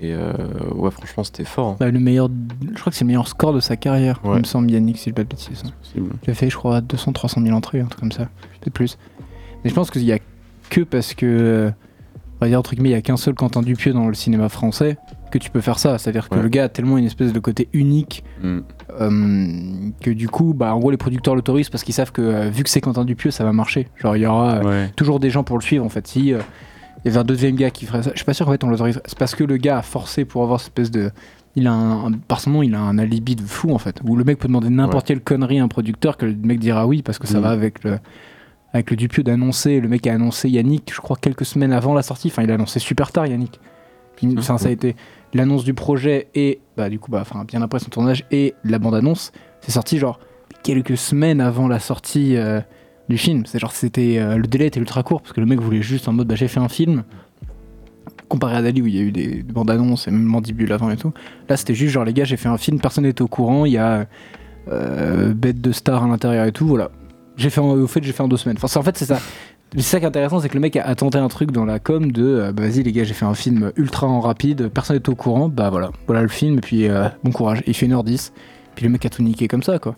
F: Et euh, ouais, franchement, c'était fort. hein.
C: Bah, le meilleur, je crois que c'est le meilleur score de sa carrière,
F: Ouais.
C: il me semble, Yannick, si je dis pas de bêtises.
E: possible.
C: Il a fait, je crois, 200-300 000 entrées, un truc comme ça, peut-être plus. Mais je pense qu'il y a que parce que, euh, on va dire entre guillemets, il y a qu'un seul Quentin Dupieux dans le cinéma français que tu peux faire ça. C'est-à-dire que
E: Ouais.
C: le gars a tellement une espèce de côté unique
E: Mm.
C: euh, que du coup, bah, en gros, les producteurs l'autorisent parce qu'ils savent que euh, vu que c'est Quentin Dupieux, ça va marcher. Genre, il y aura euh,
E: Ouais.
C: toujours des gens pour le suivre en fait. Si euh, il y avait un deuxième gars qui ferait ça, je suis pas sûr qu'en fait on l'autorise. C'est parce que le gars a forcé pour avoir cette espèce de. Il a un, un- par son nom, il a un alibi de fou en fait. Où le mec peut demander n'importe quelle connerie à un producteur que le mec dira oui parce que ça
E: Mhm.
C: va avec le. Avec le Dupieux d'annoncer, le mec a annoncé Yannick, je crois quelques semaines avant la sortie. Enfin, il a annoncé super tard Yannick. Il- enfin, ça a été l'annonce du projet et bah du coup, bah, enfin bien après son tournage et la bande annonce. C'est sorti genre quelques semaines avant la sortie euh, du film. C'est genre c'était euh, le délai était ultra court parce que le mec voulait juste en mode bah j'ai fait un film. Comparé à Dali où il y a eu des des bandes annonces et même Mandibule avant et tout. Là c'était juste genre les gars j'ai fait un film, personne n'était au courant, il y a euh, bête de star à l'intérieur et tout, voilà. J'ai fait en- au fait j'ai fait en deux semaines. Enfin c'est- en fait c'est ça. C'est ça qui est intéressant, c'est que le mec a, a tenté un truc dans la com de euh, bah, vas-y les gars j'ai fait un film ultra en rapide, personne n'est au courant, bah voilà, voilà le film et puis euh, bon courage. Il fait 1h10, puis le mec a tout niqué comme ça quoi.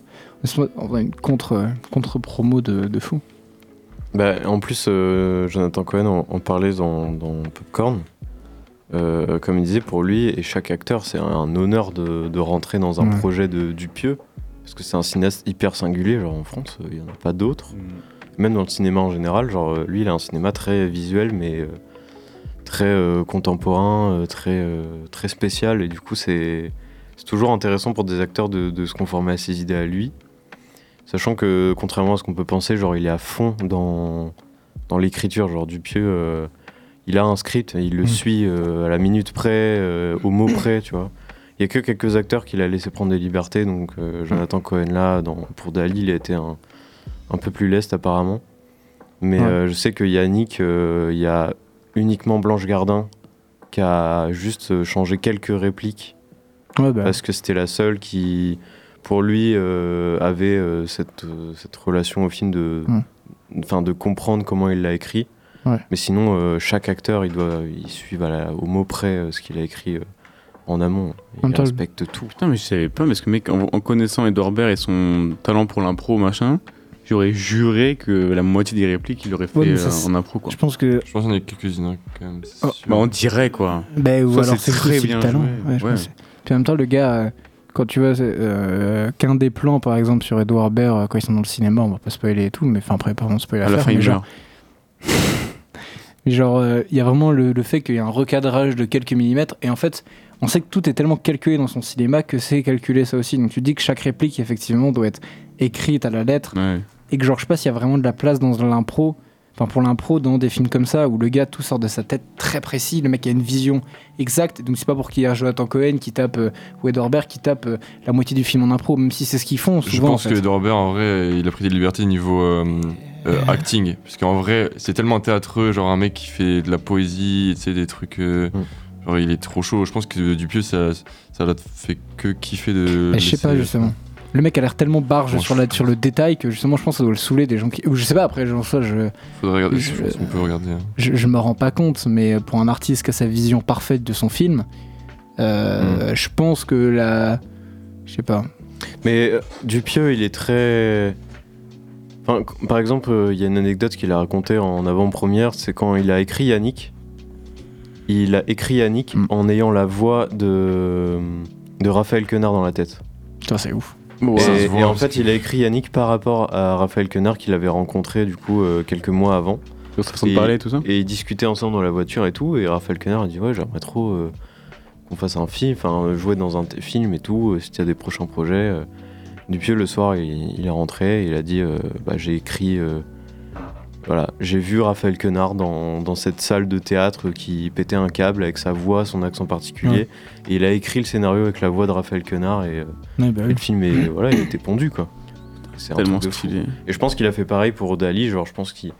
C: On a une contre, contre promo de, de fou.
F: Bah, en plus, euh, Jonathan Cohen en, en parlait dans, dans Popcorn. Euh, comme il disait, pour lui et chaque acteur, c'est un, un honneur de, de rentrer dans un
C: Ouais.
F: projet de, du pieux. Parce que c'est un cinéaste hyper singulier, genre en France, euh, il n'y en a pas d'autres. Même dans le cinéma en général, genre euh, lui, il a un cinéma très visuel, mais euh, très euh, contemporain, euh, très, euh, très spécial. Et du coup, c'est c'est toujours intéressant pour des acteurs de, de se conformer à ses idées à lui. Sachant que, contrairement à ce qu'on peut penser, genre, il est à fond dans, dans l'écriture. Genre, Dupieux, euh, il a un script, et il le
C: Mm.
F: suit euh, à la minute près, euh,
C: <coughs>
F: au mot près, tu vois. Il y a que quelques acteurs qu'il a laissé prendre des libertés. Donc, euh, Jonathan
C: Mm.
F: Cohen, là, dans- pour Dali, il a été un, un peu plus leste, apparemment. Mais
C: Ouais.
F: euh, je sais que Yannick, euh, il y a uniquement Blanche Gardin qui a juste euh, changé quelques répliques
C: Ouais, bah,
F: parce que c'était la seule qui, pour lui, euh, avait euh, cette, euh, cette relation au film de,
C: Mm.
F: enfin, de comprendre comment il l'a écrit.
C: Ouais.
F: Mais sinon, euh, chaque acteur, il doit, il suit à la- au mot près euh, ce qu'il a écrit euh, en amont.
C: En
F: Il
C: même temps,
F: respecte tout.
E: Putain, mais je savais pas, parce que mec, en, en connaissant Edouard Baird et son talent pour l'impro, machin, j'aurais juré que la moitié des répliques, il aurait fait
C: Ouais, mais ça,
E: euh,
C: c'est-
E: en impro, quoi.
C: je pense que.
D: Je pense qu'on est quelques-uns hein, quand même. c'est
C: Oh,
D: sûr.
E: Bah, on dirait, quoi.
C: Bah, ou
E: Ça,
C: alors
E: c'est
C: c'est
E: très
C: très
E: bien
C: talent.
E: joué,
C: Ouais, je
E: ouais.
C: pense. Puis en même temps, le gars, euh, quand tu vois c'est, euh, qu'un des plans, par exemple, sur Edouard Baird, euh, quand ils sont dans le cinéma, on va pas spoiler et tout, mais enfin, après, pardon, spoiler
E: À la
C: affaire,
E: fin,
C: mais
E: il
C: genre,
E: meurt.
C: Mais genre, euh, il y a vraiment le, le fait qu'il y a un recadrage de quelques millimètres. Et en fait, on sait que tout est tellement calculé dans son cinéma que c'est calculé ça aussi. Donc tu te dis que chaque réplique, effectivement, doit être écrite à la lettre.
E: Ouais.
C: Et que genre, je sais pas s'il y a vraiment de la place dans l'impro. Enfin, pour l'impro, dans des films comme ça, où le gars, tout sort de sa tête très précis, le mec a une vision exacte. Donc c'est pas pour qu'il y ait un Jonathan Cohen qui tape, euh, ou Ed Horberg qui tape euh, la moitié du film en impro, même si c'est ce qu'ils font
D: Je
C: souvent.
D: pense
C: en fait.
D: que Dorbert, en vrai, il a pris des libertés niveau euh, euh, acting. Parce qu'en vrai, c'est tellement théâtreux, genre un mec qui fait de la poésie, tu sais, des trucs. euh,
C: Mm.
D: Genre, il est trop chaud. Je pense que Dupieux, ça, ça l'a fait que kiffer de.
C: Mais je sais
D: laisser-
C: pas justement. Le mec a l'air tellement barge sur, la, sur le détail que justement je pense que ça doit le saouler des gens qui... Ou je sais pas après, genre, ça, je,
D: Faudrait regarder.
C: Je-
D: Je pense qu'on peut regarder. hein.
C: je, je me rends pas compte, mais euh, pour un artiste qui a sa vision parfaite de son film, euh,
D: Hmm.
C: je pense que la... Je sais pas.
F: Mais euh, Dupieux, il est très. Enfin, c- par exemple, euh, il y a une anecdote qu'il a racontée en avant-première c'est quand il a écrit Yannick. Il a écrit Yannick
C: Mm.
F: en ayant la voix de, de Raphaël Quenard dans la tête.
C: Putain, c'est ouf.
E: Bon,
D: ça
F: Et,
D: se voit,
F: et en
D: parce
F: fait,
D: que-
F: il a écrit Yannick par rapport à Raphaël Quenard qu'il avait rencontré du coup euh, quelques mois avant.
E: D'autres façons de parler, tout ça
F: Et ils discutaient ensemble dans la voiture et tout. Et Raphaël Quenard a dit Ouais, j'aimerais trop euh, qu'on fasse un film, enfin euh, jouer dans un t- film et tout. euh, si t'as des prochains projets. euh. Dupieux, le soir, il, il est rentré. Il a dit euh, bah, J'ai écrit. euh, voilà, j'ai vu Raphaël Quenard dans, dans cette salle de théâtre qui pétait un câble avec sa voix, son accent particulier. Et il a écrit le scénario avec la voix de Raphaël Quenard et euh, et le film est, voilà, il était pondu quoi. C'est un
E: Tellement
F: truc de fou.
E: stylé.
F: Et je pense qu'il a fait pareil pour Dali, genre je pense qu'il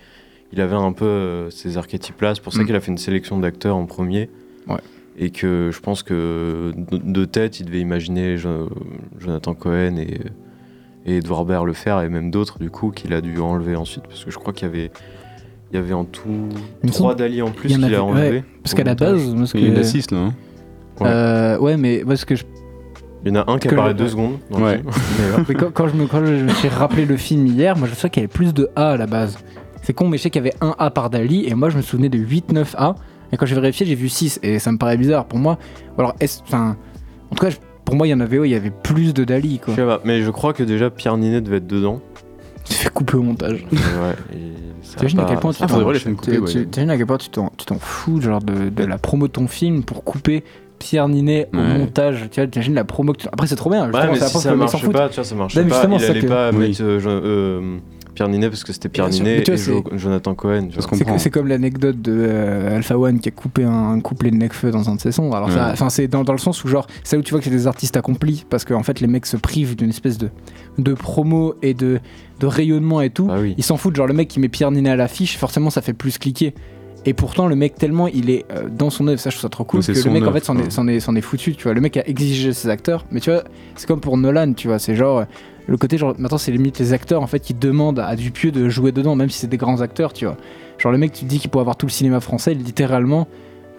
F: il avait un peu euh, ces archétypes là, c'est pour ça
C: Mm.
F: qu'il a fait une sélection d'acteurs en premier.
C: Ouais.
F: Et que je pense que de, de tête, il devait imaginer Jo- Jonathan Cohen et, et Edouard Baird le faire, et même d'autres du coup qu'il a dû enlever ensuite, parce que je crois qu'il y avait Il y avait en tout
C: Il me
F: trois
C: semble-
F: Dali en plus
C: il y en
F: qu'il
C: avait-
F: a enlevé.
C: ouais, Parce
F: au
C: qu'à la
F: montage.
C: base, parce que,
E: Il y en a 6 là. hein.
C: euh, ouais, mais parce que je-
F: Il y en a un qui
C: que
F: apparaît
C: le-
F: deux secondes. dans le
E: Ouais.
F: film. <laughs>
C: mais quand, quand je me, quand je me suis rappelé le film hier, moi je sais qu'il y avait plus de A à la base. C'est con, mais je sais qu'il y avait un A par Dali, et moi je me souvenais de 8-9 A. Et quand j'ai vérifié, j'ai vu 6, et ça me paraît bizarre pour moi. Ou alors, est-ce. Enfin. En tout cas, je- pour moi, il y en avait, ouais, il y avait plus de Dali,
F: Je
C: quoi.
F: sais pas, mais je crois que déjà Pierre Ninet devait être dedans.
C: Tu fait couper au montage.
F: Euh, ouais, et ça
C: <laughs>
F: a
C: T'imagines à
F: pas-
C: quel point tu
E: Ah,
C: t'en-
E: faudrait les faire couper,
C: tu-
E: ouais.
C: tu- t'imagines à quel point tu t'en tu t'en fous genre de, de la promo de ton film pour couper Pierre Ninet au
E: Ouais.
C: montage. Tu vois, t'imagines la promo que tu- Après, c'est trop bien.
F: Ouais,
C: justement,
F: mais
C: ça
F: si
C: apporte
F: ça
C: que les mecs
F: marche
C: s'en foutent.
F: pas, tu vois, ça marche
C: Non, mais
F: pas.
C: justement,
F: Il
C: c'est
F: allait
C: que-
F: pas
E: Oui.
F: mettre euh, Jean- euh, Pierre Ninet parce que c'était Pierre
C: Bien sûr, mais
F: Ninet
C: tu
F: et
C: vois,
F: Jo- Jonathan Cohen. tu
E: Ça se
F: vois.
C: C'est
E: comprend.
C: c'est comme l'anecdote de euh, Alpha One qui a coupé un, un couplet de Necfeu dans un de ses sons. Alors, ça-
E: Ouais.
C: enfin, c'est dans, dans le sens où, genre, c'est là où tu vois que c'est des artistes accomplis parce qu'en fait, les mecs se privent d'une espèce de, de promo et de, de rayonnement et tout.
F: Ah oui.
C: Ils s'en foutent, genre le mec qui met Pierre Ninet à l'affiche, forcément ça fait plus cliquer. Et pourtant, le mec, tellement il est euh, dans son œuvre, ça je trouve ça trop cool,
E: Mais c'est
C: que le
E: son
C: mec en
E: œuvre,
C: fait s'en
E: quoi.
C: est, s'en est, s'en est foutu, tu vois. Le mec a exigé ses acteurs, mais tu vois, c'est comme pour Nolan, tu vois, c'est genre euh, le côté, genre maintenant c'est limite les acteurs en fait qui demandent à Dupieux de jouer dedans, même si c'est des grands acteurs, tu vois. Genre le mec, tu te dis qu'il peut avoir tout le cinéma français, littéralement,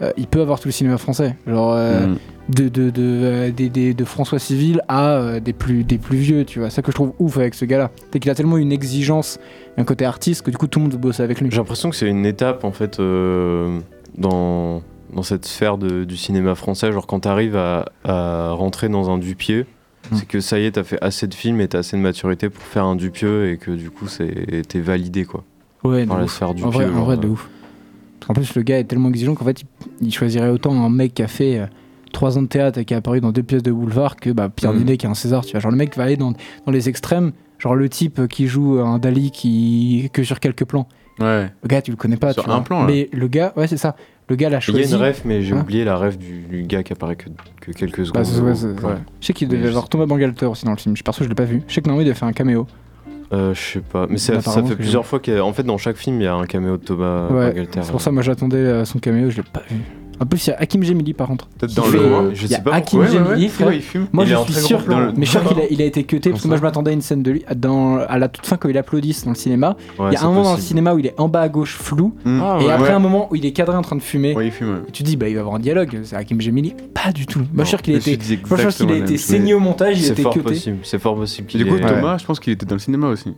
C: euh, il peut avoir tout le cinéma français. Genre, euh,
E: Mm.
C: de, de, de, euh, des- des- de François Civil à euh, des, plus, des plus vieux, tu vois. Ça que je trouve ouf avec ce gars-là. C'est qu'il a tellement une exigence et un côté artiste que du coup tout le monde veut bosser avec lui.
F: J'ai l'impression que c'est une étape en fait euh, dans, dans cette sphère de- du cinéma français. Genre quand t'arrives à, à rentrer dans un Dupieux,
C: Mm.
F: c'est que ça y est, t'as fait assez de films et t'as assez de maturité pour faire un Dupieux et que du coup c'est- t'es validé quoi
C: Ouais, de
F: par la
C: ouf.
F: sphère Dupieux.
C: en vrai, en
F: genre, euh.
C: vrai, de ouf. Parce qu'en plus, le gars est tellement exigeant qu'en fait, il, il choisirait autant un mec qui a fait 3 ans de théâtre et qui est apparu dans deux pièces de boulevard que bah, Pierre
F: Mm.
C: Ninet qui a un César, tu vois. Genre, le mec va aller dans, dans les extrêmes, genre le type qui joue un Dali qui, que sur quelques plans.
E: Ouais.
C: Le gars, tu le connais pas,
E: Sur
C: tu
E: un
C: vois.
E: plan, là.
C: Mais le gars, ouais, c'est ça. Le gars l'a
F: hein. Il y a
C: choisi.
F: une ref, mais j'ai
C: Hein
F: oublié la ref du, du gars qui apparaît que, que quelques
C: Bah,
F: secondes.
C: c'est- ouais,
F: au
C: c'est-
F: plan.
C: ouais. Je sais qu'il devait
F: Mais
C: avoir
F: je-
C: Thomas Bangalter aussi dans le film. Je perso, je l'ai pas vu. Je sais que normalement il devait faire un caméo.
F: Euh, je sais pas, mais ça,
C: Bah,
F: ça
C: apparemment,
F: fait
C: que-
F: plusieurs fois qu'en fait dans chaque film il y a un caméo de Thomas
C: Ouais,
F: Bangalter.
C: C'est pour ça, moi j'attendais euh, son caméo, je l'ai pas vu. En plus, il y a Hakim Gemili par contre.
E: Peut-être
C: Qui
E: dans
C: fait-
E: le.
F: je
C: il y a
F: sais pas
C: Hakim
E: Ouais, ouais,
C: Gemili,
E: ouais, tu
C: frère.
E: vois, il fume.
C: Moi
F: Il est
C: je
F: en
C: suis
F: très
C: sûr,
F: grand plan.
C: mais je suis sûr qu'il a, il a été cuté parce que
D: Dans
C: moi
D: ça.
C: je m'attendais à une scène de lui dans, à la toute fin quand il applaudit dans le cinéma.
F: Ouais,
C: il y a
F: c'est
C: un moment dans le
F: possible. Ah,
C: cinéma où il est en bas à gauche flou
E: Mm.
C: et après
E: Ouais.
C: un moment où il est cadré en train de fumer.
E: Ouais, il fume.
C: Et tu te dis bah il va avoir un dialogue, c'est Hakim Gemili. Pas du tout. Moi je suis sûr qu'il a
E: Je
C: été,
E: me suis dit
C: moi, je suis sûr qu'il a
E: exactement la
C: été
E: même chose.
C: saigné au montage, il a
F: C'est
C: été
F: fort
C: cuté.
F: possible. C'est fort possible qu'il
E: Du coup,
F: ait-
E: Thomas, je pense qu'il était dans le cinéma aussi.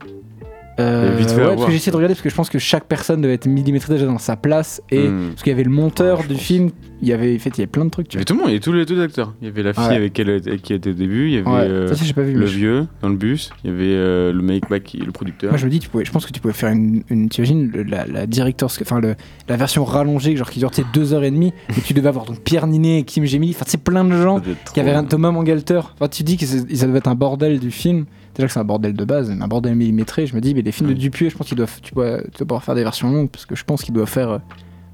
C: Euh,
E: Et vite fait
C: ouais,
E: à
C: parce
E: voir.
C: que j'ai essayé de regarder parce que je pense que chaque personne devait être millimétrée déjà dans sa place et
E: Mm.
C: parce qu'il y avait le monteur
F: Ouais, je
C: du
F: pense.
C: film, il y avait en fait il y avait plein de trucs.
E: Il y
C: Tu
E: avait tout le monde, il y avait tous les deux acteurs. Il y avait la fille
C: Ouais.
E: avec elle avec qui elle était au début, il y avait
C: vois. Ouais,
E: euh,
C: ça, ça, j'ai pas vu.
E: le
C: mais je-
E: vieux dans le bus, il y avait euh, le mec bah, qui est le producteur.
C: Moi je me dis tu pouvais, je pense que tu pouvais faire une, une t'imagines le- la, la directeur, enfin le, la version rallongée genre qui dure tu sais, deux heures et demie et tu devais avoir donc Pierre Ninet, Kim Gemini, enfin c'est plein de gens
E: Ça devait
C: qui
E: être trop
C: avaient un
E: bien.
C: Thomas Mangalter. Enfin tu dis que c'est- ça devait être un bordel du film. Déjà que c'est un bordel de base, mais un bordel millimétré. Je me dis mais les films de
E: Ouais.
C: Dupieux, je pense qu'ils doivent, tu dois, tu dois pouvoir faire des versions longues parce que je pense qu'ils doivent faire euh,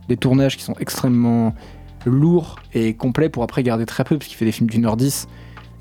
C: des tournages qui sont extrêmement lourds et complets pour après garder très peu parce qu'il fait des films d'une heure dix.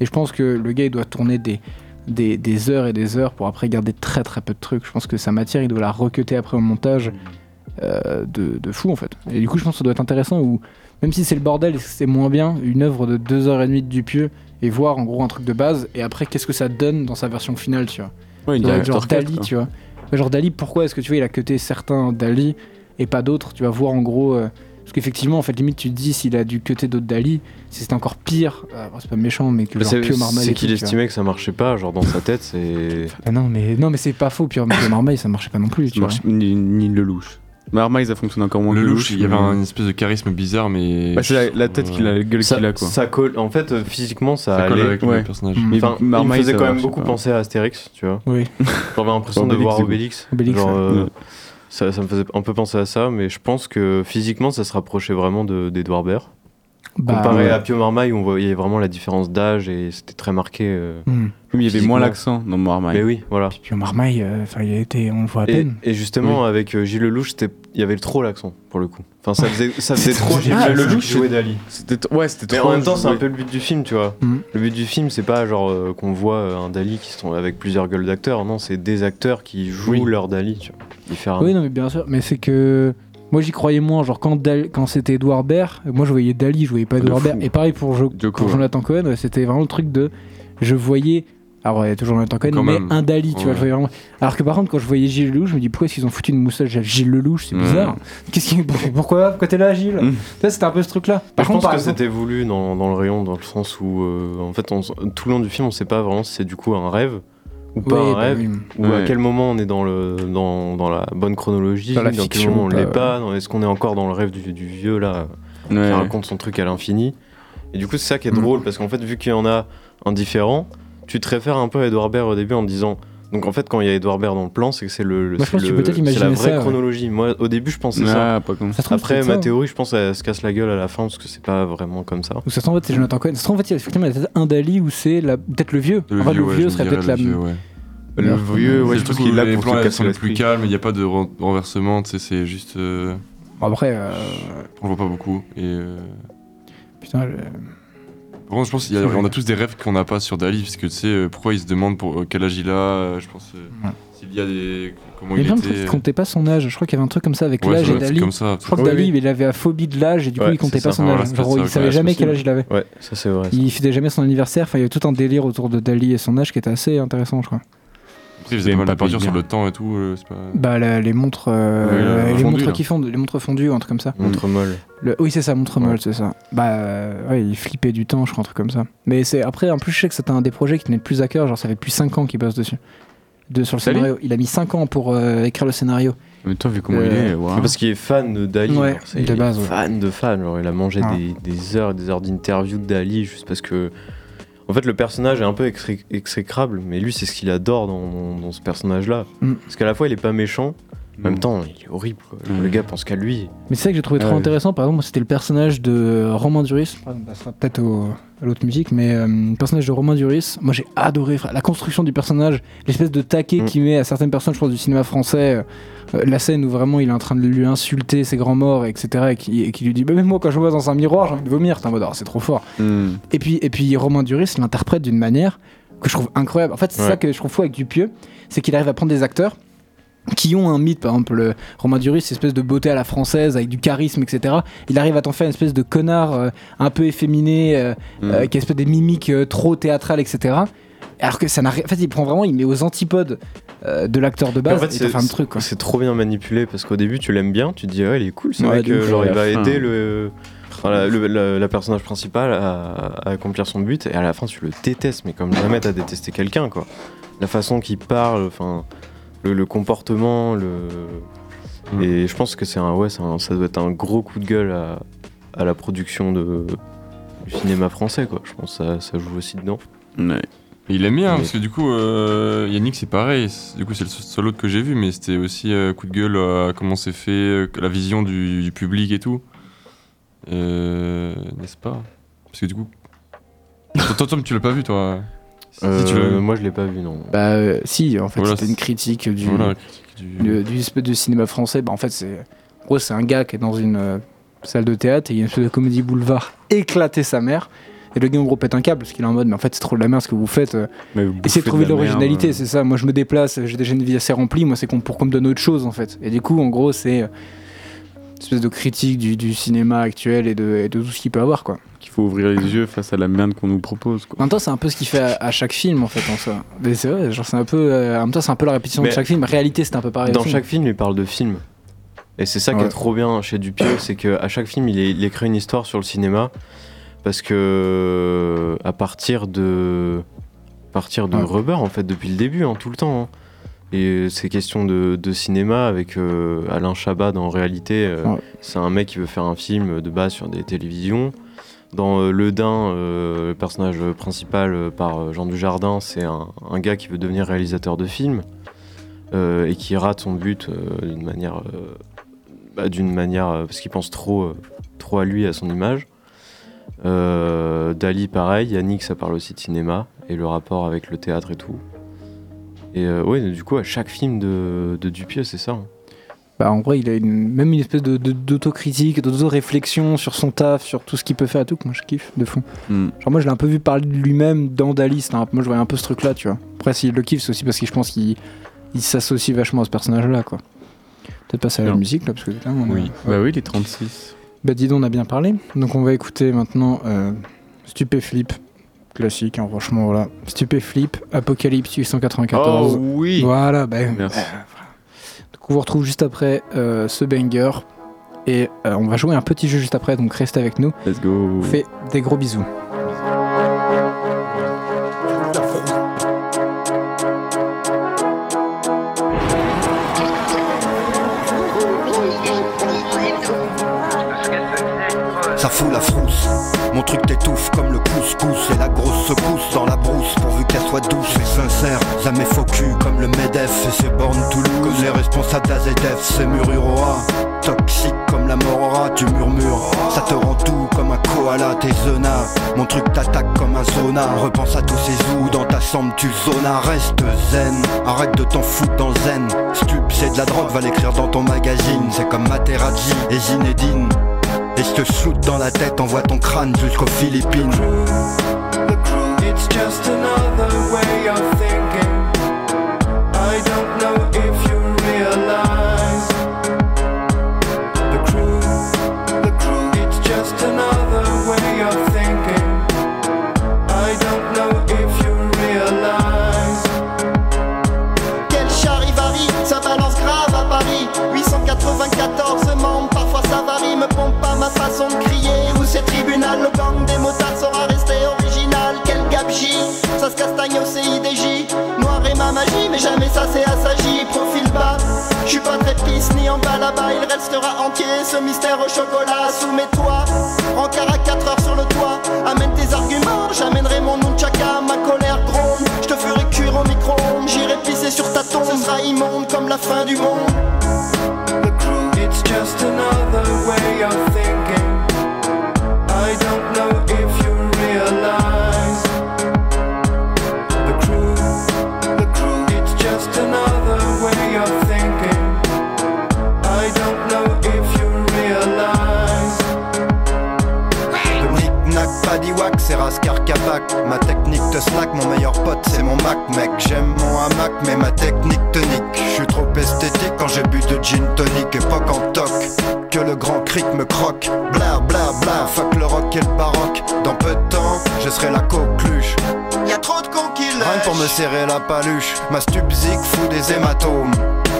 C: Et je pense que le gars il doit tourner des, des, des heures et des heures pour après garder très très peu de trucs. Je pense que sa matière il doit la recuter après au montage
E: Mm.
C: euh, de, de fou en fait. Et du coup je pense que ça doit être intéressant où même si c'est le bordel et que c'est moins bien, une œuvre de deux heures et demie de Dupieux et voir en gros un truc de base et après qu'est-ce que ça donne dans sa version finale tu vois.
E: Ouais, une
C: Ouais,
E: director
C: genre
E: cut,
C: Dali,
E: quoi.
C: tu vois. Ouais, Genre Dali, pourquoi est-ce que tu vois, il a cuté certains Dali et pas d'autres Tu vas voir en gros. euh, parce qu'effectivement, en fait, limite, tu te dis s'il a dû cuter d'autres Dali, si c'était encore pire, euh, bon, c'est pas méchant, mais que
F: Bah,
C: genre
F: c'est-
C: Pio Marmaille.
F: C'est
C: et
F: qu'il
C: tout, tu vois.
F: estimait que ça marchait pas, genre dans sa tête, c'est.
C: Ah non, mais, non, mais c'est pas faux, Pio Pio Marmaille, ça marchait pas non plus,
E: Ça
C: tu vois.
E: marche- ni, ni le louche. Marmaille, ça fonctionne encore moins
D: Le
E: que
D: louche, il y avait
E: mais-
D: une espèce de charisme bizarre, mais.
E: Bah, c'est la, la tête qu'il a, la gueule
F: Ça,
E: qu'il a quoi.
F: ça colle. En fait, euh, physiquement, ça,
D: Ça colle
F: allait.
D: avec
E: ouais.
D: le personnage.
C: Mm.
E: Mais
F: Enfin, il me
E: Marmaille,
F: faisait
E: ça
F: quand même
E: marche
F: beaucoup
E: pas.
F: penser à Astérix, tu vois.
C: Oui.
F: J'avais l'impression de
E: Obélix,
F: voir
E: du coup.
F: Obélix.
C: Obélix,
F: Genre,
C: ouais.
F: euh,
E: Ouais.
F: ça, ça me faisait un peu penser à ça, mais je pense que physiquement, ça se rapprochait vraiment de- d'Edouard Baird.
C: Bah,
F: Comparé
E: ouais.
F: à Pio Marmaille, où on voyait vraiment la différence d'âge et c'était très marqué. euh.
C: hmm.
E: Oui, il y avait
F: physiquement.
E: moins l'accent dans Marmaille.
F: Mais oui, voilà.
C: Pio Marmaille, euh, enfin, il a été, on le voit à
F: Et,
C: peine.
F: et justement, avec euh, Gilles Lelouch, c'était- il y avait trop l'accent pour le coup. Enfin, ça faisait, ça
E: <laughs>
F: faisait trop Gilles
E: Ah,
F: Lelouch
E: Lelouch,
F: jouer Dali.
E: C'était t- ouais, c'était
F: Mais
E: trop.
F: en même temps, c'est un
E: ouais.
F: peu le but du film, tu vois.
C: Mm.
F: Le but du film, c'est pas genre euh, qu'on voit euh, un Dali qui sont avec plusieurs gueules d'acteurs. Non, c'est des acteurs qui jouent
E: Oui.
F: leur Dali, tu vois. Différemment.
C: Oui, non, mais bien sûr, mais c'est que. Moi j'y croyais moins, genre quand, Dal- quand c'était Edouard Baird, moi je voyais Dali, je voyais pas
E: De
C: Edouard
E: fou.
C: Baird. Et pareil pour, Jo-
E: Joko,
C: pour
E: ouais.
C: Jonathan Cohen, ouais, c'était vraiment le truc de. Je voyais Alors, il y a toujours Jonathan Cohen,
D: Quand
C: mais
D: même.
C: un Dali, tu vois,
D: Ouais.
C: je voyais vraiment. Alors que par contre, quand je voyais Gilles Lelouch, je me dis pourquoi est-ce qu'ils ont foutu une moustache à Gilles Lelouch C'est
D: Mm.
C: bizarre. Qu'est-ce qui... <laughs> Pourquoi Pourquoi t'es là, Gilles
E: Mm.
C: Tu vois, c'était un peu ce truc-là.
F: Par
C: Par
F: je
C: contre,
F: pense
C: par
F: que
C: exemple-
F: c'était voulu dans, dans le rayon, dans le sens où, euh, en fait, on s- tout le long du film, on sait pas vraiment si c'est du coup un rêve ou pas
C: Oui,
F: un
C: bah
F: rêve,
C: oui.
F: ou à
E: Ouais.
F: quel moment on est dans, le, dans, dans la bonne chronologie,
C: Dans la
F: quel
C: fiction, euh,
F: moment on
C: pas-
F: l'est pas, dans- est-ce qu'on est encore dans le rêve du, du vieux là, qui raconte son truc à l'infini. Et du coup, c'est ça qui est
C: Mm.
F: drôle, parce qu'en fait, vu qu'il y en a un différent, tu te réfères un peu à Edouard Baird au début en disant. Donc en fait, quand il y a Edouard Baird dans le plan, c'est que c'est le,
C: Moi,
F: le-
C: je
F: c'est
C: pense que tu
F: le-
C: peux peut-être
F: c'est la
C: imaginer ça,
F: vraie
C: ouais.
F: chronologie. Moi, au début, je pensais ça.
E: Ah, pas comme ça.
C: Ça se trouve,
F: Après,
C: c'est ça.
F: ma théorie, je pense, elle se casse la gueule à la fin parce que c'est pas vraiment comme ça.
C: Ou ça se trouve, en fait, c'est Jonathan Cohen. Ça se trouve, en fait, il y a effectivement il y a peut-être un Dali où c'est la... peut-être le vieux. En fait,
D: ouais,
C: le vieux
D: je me
C: serait
D: dirais
C: peut-être
D: le
C: la.
D: vieux, ouais.
E: Le vieux, ouais,
D: C'est
E: je
D: le
E: trouve
D: truc
E: qu'il
D: où
E: est là
D: les
E: pour te
D: plans elles
E: casser
D: sont les plus
E: l'esprit.
D: calmes, il n'y a pas de ren- renversement, tu sais, c'est juste. euh,
C: Bon, Après, euh,
D: on voit pas beaucoup. Et. euh,
C: putain, le-
D: Par contre, je pense qu'on a tous des rêves qu'on n'a pas sur Dali, parce que tu sais, euh, pourquoi il se demande pour euh, quel âge il a, euh, je pense, euh,
C: Ouais.
D: s'il y a des. Comment
C: il y a
D: il
C: plein de
D: était.
C: trucs qui
D: euh,
C: comptaient pas son âge. Je crois qu'il y avait un truc comme ça avec
D: Ouais,
C: l'âge
D: c'est
C: et
D: vrai, c'est
C: Dali.
D: comme ça.
C: Je crois que
F: Oui,
C: Dali,
F: oui.
C: il avait la phobie de l'âge et du coup,
F: Ouais,
C: il comptait
F: c'est
C: pas
F: ça.
C: son
D: Voilà,
C: âge.
D: c'est
C: Genre,
D: ça,
C: il savait
D: ouais,
C: jamais
D: c'est
C: quel âge il avait.
F: Ouais, ça c'est vrai.
C: Il faisait jamais son anniversaire. Enfin, il y avait tout un délire autour de Dali et son âge qui était assez intéressant, je crois.
D: Après, il faisait pas mal
E: Même
D: de
E: pas
D: perdure sur
E: payé.
D: le temps et tout, euh, c'est pas.
C: Bah, la- les montres, euh,
E: Oui, la- la
C: les
E: fondue,
C: montres
E: là.
C: qui fondent, les montres fondues ou un truc comme ça.
F: Montre molle.
C: Le- oui, c'est ça, montre
F: Mm. Ouais.
C: molle, c'est ça. Bah, euh, ouais, il flippait du temps, je crois, un truc comme ça. Mais c'est après, en plus, je sais que c'était un des projets qui tenait le plus à cœur. Genre, ça fait plus 5 ans qu'il bosse dessus. De, sur le
E: Dali
C: scénario. Il a mis 5 ans pour euh, écrire le scénario.
E: Mais toi, vu comment
C: Euh,
E: il est, waouh.
F: Parce qu'il est fan de Dali.
C: Ouais,
F: genre, c'est-
C: de
F: il est
C: base, ouais. Ah.
F: Fan de fan. genre, il a mangé
C: Ouais.
F: des, des heures et des heures d'interview de Dali juste parce que. En fait, le personnage est un peu exé- exécrable, mais lui, c'est ce qu'il adore dans, dans ce personnage-là.
C: Mm.
F: Parce qu'à la fois, il est pas méchant, en même temps, il est horrible. quoi. Genre,
E: Mm.
F: Le gars pense qu'à lui.
C: Mais c'est ça que j'ai trouvé
E: Ah
C: trop
E: oui.
C: intéressant. Par exemple, c'était le personnage de Romain Duris. Ah, Par exemple, On passera peut-être au- à l'autre musique, mais euh, le personnage de Romain Duris, moi j'ai adoré frère, la construction du personnage, l'espèce de taquet
F: Mm.
C: qu'il met à certaines personnes, je pense, du cinéma français. euh, la scène où vraiment il est en train de lui insulter ses grands morts, etc. Et qui, et qui lui dit bah, Même moi, quand je me vois dans un miroir, j'ai envie de vomir. T'es en mode, Ah, c'est trop fort.
E: Hmm.
C: Et puis, et puis Romain Duris l'interprète d'une manière que je trouve incroyable. En fait, c'est
F: Ouais.
C: ça que je trouve fou avec Dupieux, c'est qu'il arrive à prendre des acteurs qui ont un mythe, par exemple le- Romain Duris, cette espèce de beauté à la française avec du charisme, etc. Il arrive à t'en faire une espèce de connard euh, un peu efféminé, euh,
F: Mm.
E: Hmm.
C: euh, qui a espèce des mimiques euh, trop théâtrales, etc. Alors que ça n'a rien. En fait, il prend vraiment, il met aux antipodes euh, de l'acteur de
F: Mais
C: base
F: en fait,
C: et t'en
F: c'est-
C: fais un truc. Quoi.
F: C'est trop bien manipulé parce qu'au début, tu l'aimes bien, tu te dis, ah, il est cool, c'est
C: Ouais,
F: vrai
C: de
F: que
C: ouf,
F: genre,
E: ouais,
F: il
E: à
F: va
E: la fin.
F: aider le, voilà, le- la, la personnage principal à, à accomplir son but et à la fin, tu le détestes, mais comme jamais t'as détesté quelqu'un, quoi. La façon qu'il parle, enfin, le, le comportement, le.
D: Mm.
F: Et je pense que c'est un, ouais, c'est un- ça doit être un gros coup de gueule à, à la production de, du cinéma français, quoi. Je pense que ça, ça joue aussi dedans.
E: Ouais.
D: Et Il aime bien,
F: Mais-
D: parce que du coup, euh, Yannick, c'est pareil. C'est- Du coup, c'est le seul autre que j'ai vu, mais c'était aussi euh, coup de gueule à comment c'est fait, euh, la vision du, du public et tout. Euh, N'est-ce pas Parce que du coup. <laughs> Toi, toi, Tom, tu l'as pas vu, toi Si
F: Euh,
D: tu l'as vu.
F: moi, je l'ai pas vu, non.
C: Bah, euh, si, en fait,
D: Voilà,
C: c'était une
D: c'est-
C: critique du.
D: Voilà, critique du-
C: du, du espèce de cinéma français, bah en fait, c'est. En gros, c'est un gars qui est dans une euh, salle de théâtre et il y a une espèce de comédie boulevard éclater sa mère. Et le gars, en gros, pète un câble parce qu'il est en mode, mais en fait, c'est trop de la merde ce que vous faites. euh,
E: Mais vous
C: Essayez de
E: bouffez
C: trouver de
E: la
C: l'originalité,
E: merde, euh,
C: c'est ça. Moi, je me déplace, j'ai déjà une vie assez remplie. Moi, c'est qu'on- pour qu'on me donne autre chose, en fait. Et du coup, en gros, c'est. euh, une espèce de critique du, du cinéma actuel et de, et de tout ce qu'il peut avoir, quoi.
E: euh, Qu'il faut ouvrir les yeux face à la merde qu'on nous propose, quoi.
C: En même temps, c'est un peu ce qu'il fait à, à chaque film, en fait, en soi. Mais c'est vrai, genre, c'est un peu. euh, en même temps, c'est un peu la répétition
F: Mais-
C: de chaque film. Réalité, c'est un peu pareil.
F: Dans
C: aussi. hein.
F: chaque film, il parle de film. Et c'est ça qui
C: Ouais.
F: est trop bien
C: <coughs>
F: chez Dupieux, c'est qu'à chaque film, il, est- il écrit une histoire sur le cinéma. Parce que à partir de à partir de
C: Ouais.
F: Rubber, en fait, depuis le début, hein, tout le temps. hein. Et ces questions de, de cinéma avec euh, Alain Chabat dans Réalité, euh,
C: Ouais.
F: c'est un mec qui veut faire un film de base sur des télévisions. Dans euh, Le Dain, euh, le personnage principal euh, par euh, Jean Dujardin, c'est un, un gars qui veut devenir réalisateur de films euh, et qui rate son but euh, d'une manière, euh, bah, d'une manière euh, parce qu'il pense trop, euh, trop à lui, à son image. Euh, Dali, pareil. Yannick, ça parle aussi de cinéma et le rapport avec le théâtre et tout. Et euh, ouais, du coup, à chaque film de, de Dupieux, c'est ça. hein.
C: Bah, en vrai, il a une- même une espèce de- de- d'autocritique, de, d'auto-réflexion sur son taf, sur tout ce qu'il peut faire et tout, que moi je kiffe de fou.
E: Hmm.
C: Genre, moi je l'ai un peu vu parler de lui-même dans Dali, c'était un- moi je voyais un peu ce truc-là, tu vois. Après, s'il le kiffe, c'est aussi parce que je pense qu'il il s'associe vachement à ce personnage-là, quoi. Peut-être passer à la
E: Non.
C: musique, là, parce que putain, on a-
D: Oui.
E: Bah oui, il est 36.
C: Bah, dis donc, on a bien parlé. Donc, on va écouter maintenant euh, Stupé Philippe, Classique, hein, franchement, voilà. Stupéflip, Apocalypse 894.
E: Oh oui
C: Voilà, ben.
E: Merci.
C: Donc on vous retrouve juste après euh, ce banger. Et euh, on va jouer un petit jeu juste après, donc restez avec nous.
E: Let's go.
C: On fait des gros bisous.
M: Ça fout la frousse. Mon truc t'étouffe comme le couscous et la grosse secousse dans la brousse pourvu qu'elle soit douce et sincère. Jamais faux cul comme le Medef et ses bornes Toulouse. Comme les responsables d'AZF, c'est Mururoa. Toxique comme la morora, tu murmures. Ça te rend tout comme un koala, tes zonas. Mon truc t'attaque comme un zona. Repense à tous ces zoos dans ta chambre, tu zonas. Reste zen, arrête de t'en foutre dans le zen. Stup, c'est de la drogue, va l'écrire dans ton magazine. C'est comme Materazzi et Zinedine. Et je te shoot dans la tête, envoie ton crâne jusqu'aux Philippines.
K: It's just another way of thinking. I don't know if you realize the crew, the crew. It's just another way of thinking. I don't know if you realize.
M: Quel charivari, ça balance grave à Paris. 894 membres, parfois ça varie. Me pompe pas ma façon de crier. Où c'est tribunal, le gang des motards sera resté original. Quel gabegie, ça se castagne au CIDJ. Noir est ma magie, mais jamais ça c'est assagi. Profil bas, je suis pas très pisse ni en bas là-bas. Il restera entier ce mystère au chocolat sous mes toits. Rencard à 4 heures sur le toit, amène tes arguments. J'amènerai mon nunchaka, ma colère gronde. Je te ferai cuire au micro-ondes, j'irai pisser sur ta tombe. Ce sera immonde comme la fin du monde.
K: The crew, it's just another way of thinking. I don't know if you realize. The crew, the crew, it's just another way of thinking. I don't know if you realize.
M: Knick-knack, padiwak, c'est rascar capac Ma technique te slack, mon meilleur pote c'est mon Mac Mec, j'aime mon hamac mais ma technique te nique Je suis trop esthétique quand j'ai bu de gin tonic Époque en toc, que le grand cric me croque Bla bla bla, fuck le rock et le baroque Dans peu de temps, je serai la coqueluche Y'a trop de conquilles Rien pour me serrer la paluche Ma stupzik fout des hématomes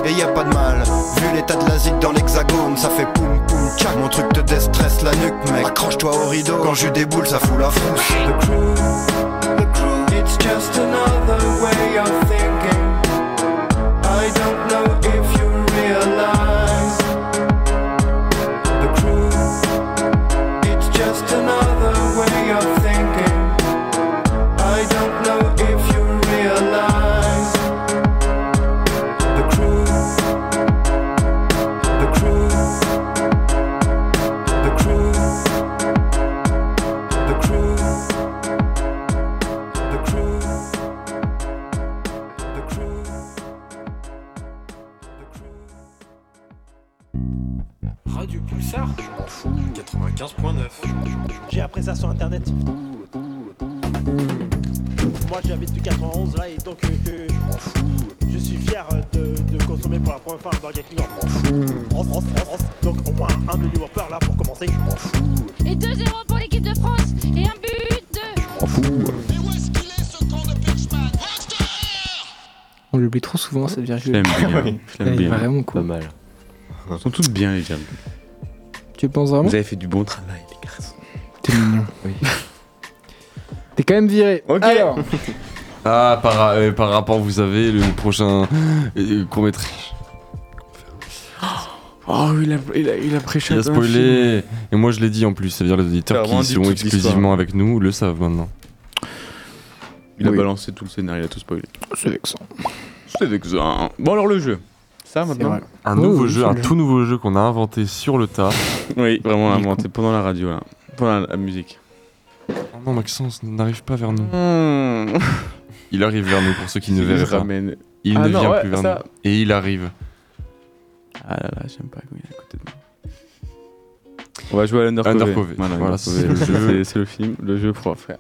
M: et y a pas de mal, vu l'état de la zig dans l'hexagone, ça fait poum poum tchac. Mon truc te déstresse la nuque, mec. Accroche-toi au rideau, quand je déboule, ça fout la frousse.
K: The crew, the crew, it's just another way of thinking. I don't know if you realize. The crew, it's just another way of thinking. I don't know if you realize. The crew, the crew, the crew, the crew. The crew. The crew. The crew.
J: Radio Pulsar, je m'en fous. 95.9.
N: J'ai appris ça sur internet. Moi j'habite du 91 là et donc euh, euh, je suis fier euh, de, de consommer pour la première fois un Burger King en France. France, France, France. Donc au moins un menu Whopper là pour commencer.
O: Et 2-0 pour l'équipe de France et un but de.
C: On l'oublie trop souvent cette virgule.
E: Je l'aime bien. Je l'aime
C: Elle est
E: bien.
C: vraiment
F: Pas
C: cool.
F: mal.
E: Elles sont toutes bien, les virgules.
C: Tu penses vraiment
E: Vous avez fait du bon travail, les garçons.
C: T'es mignon.
F: Oui.
C: <laughs> T'es quand même viré.
E: Ok.
C: <laughs> Alors,
D: Ah, par, euh, par rapport, vous avez le prochain euh, court-métrage.
E: Oh, il a, il a, il a prêché
D: Il a
E: un film.
D: spoilé. Et moi, je l'ai dit en plus. C'est-à-dire les auditeurs
E: T'as
D: qui
E: vraiment dit
D: sont
E: toute
D: exclusivement avec nous le savent maintenant.
E: Il a
C: Oui.
E: balancé tout le scénario, il a tout spoilé.
C: c'est vexant.
E: C'est vexant. Bon, alors le jeu. Ça maintenant
C: vrai.
D: Un
C: Oh,
D: nouveau
C: oui,
D: jeu,
C: c'est
D: un
C: bien.
D: tout nouveau jeu qu'on a inventé sur le tas.
E: Oui, vraiment inventé pendant la radio, là. Pendant la, la musique.
D: Oh non, Maxence n'arrive pas vers nous.
E: Mmh.
D: Il arrive vers nous pour ceux qui ne
E: Il
D: verraient pas.
E: ramène.
D: Il
E: Ah
D: ne
E: non,
D: vient
E: ouais,
D: plus vers
E: ça-
D: nous. Et il arrive.
E: Ah là là, j'aime pas quand il est à côté de moi. On va jouer à l'Undercover.
D: Undercover. Voilà,
E: c'est le jeu. C'est le film, le jeu pour frère.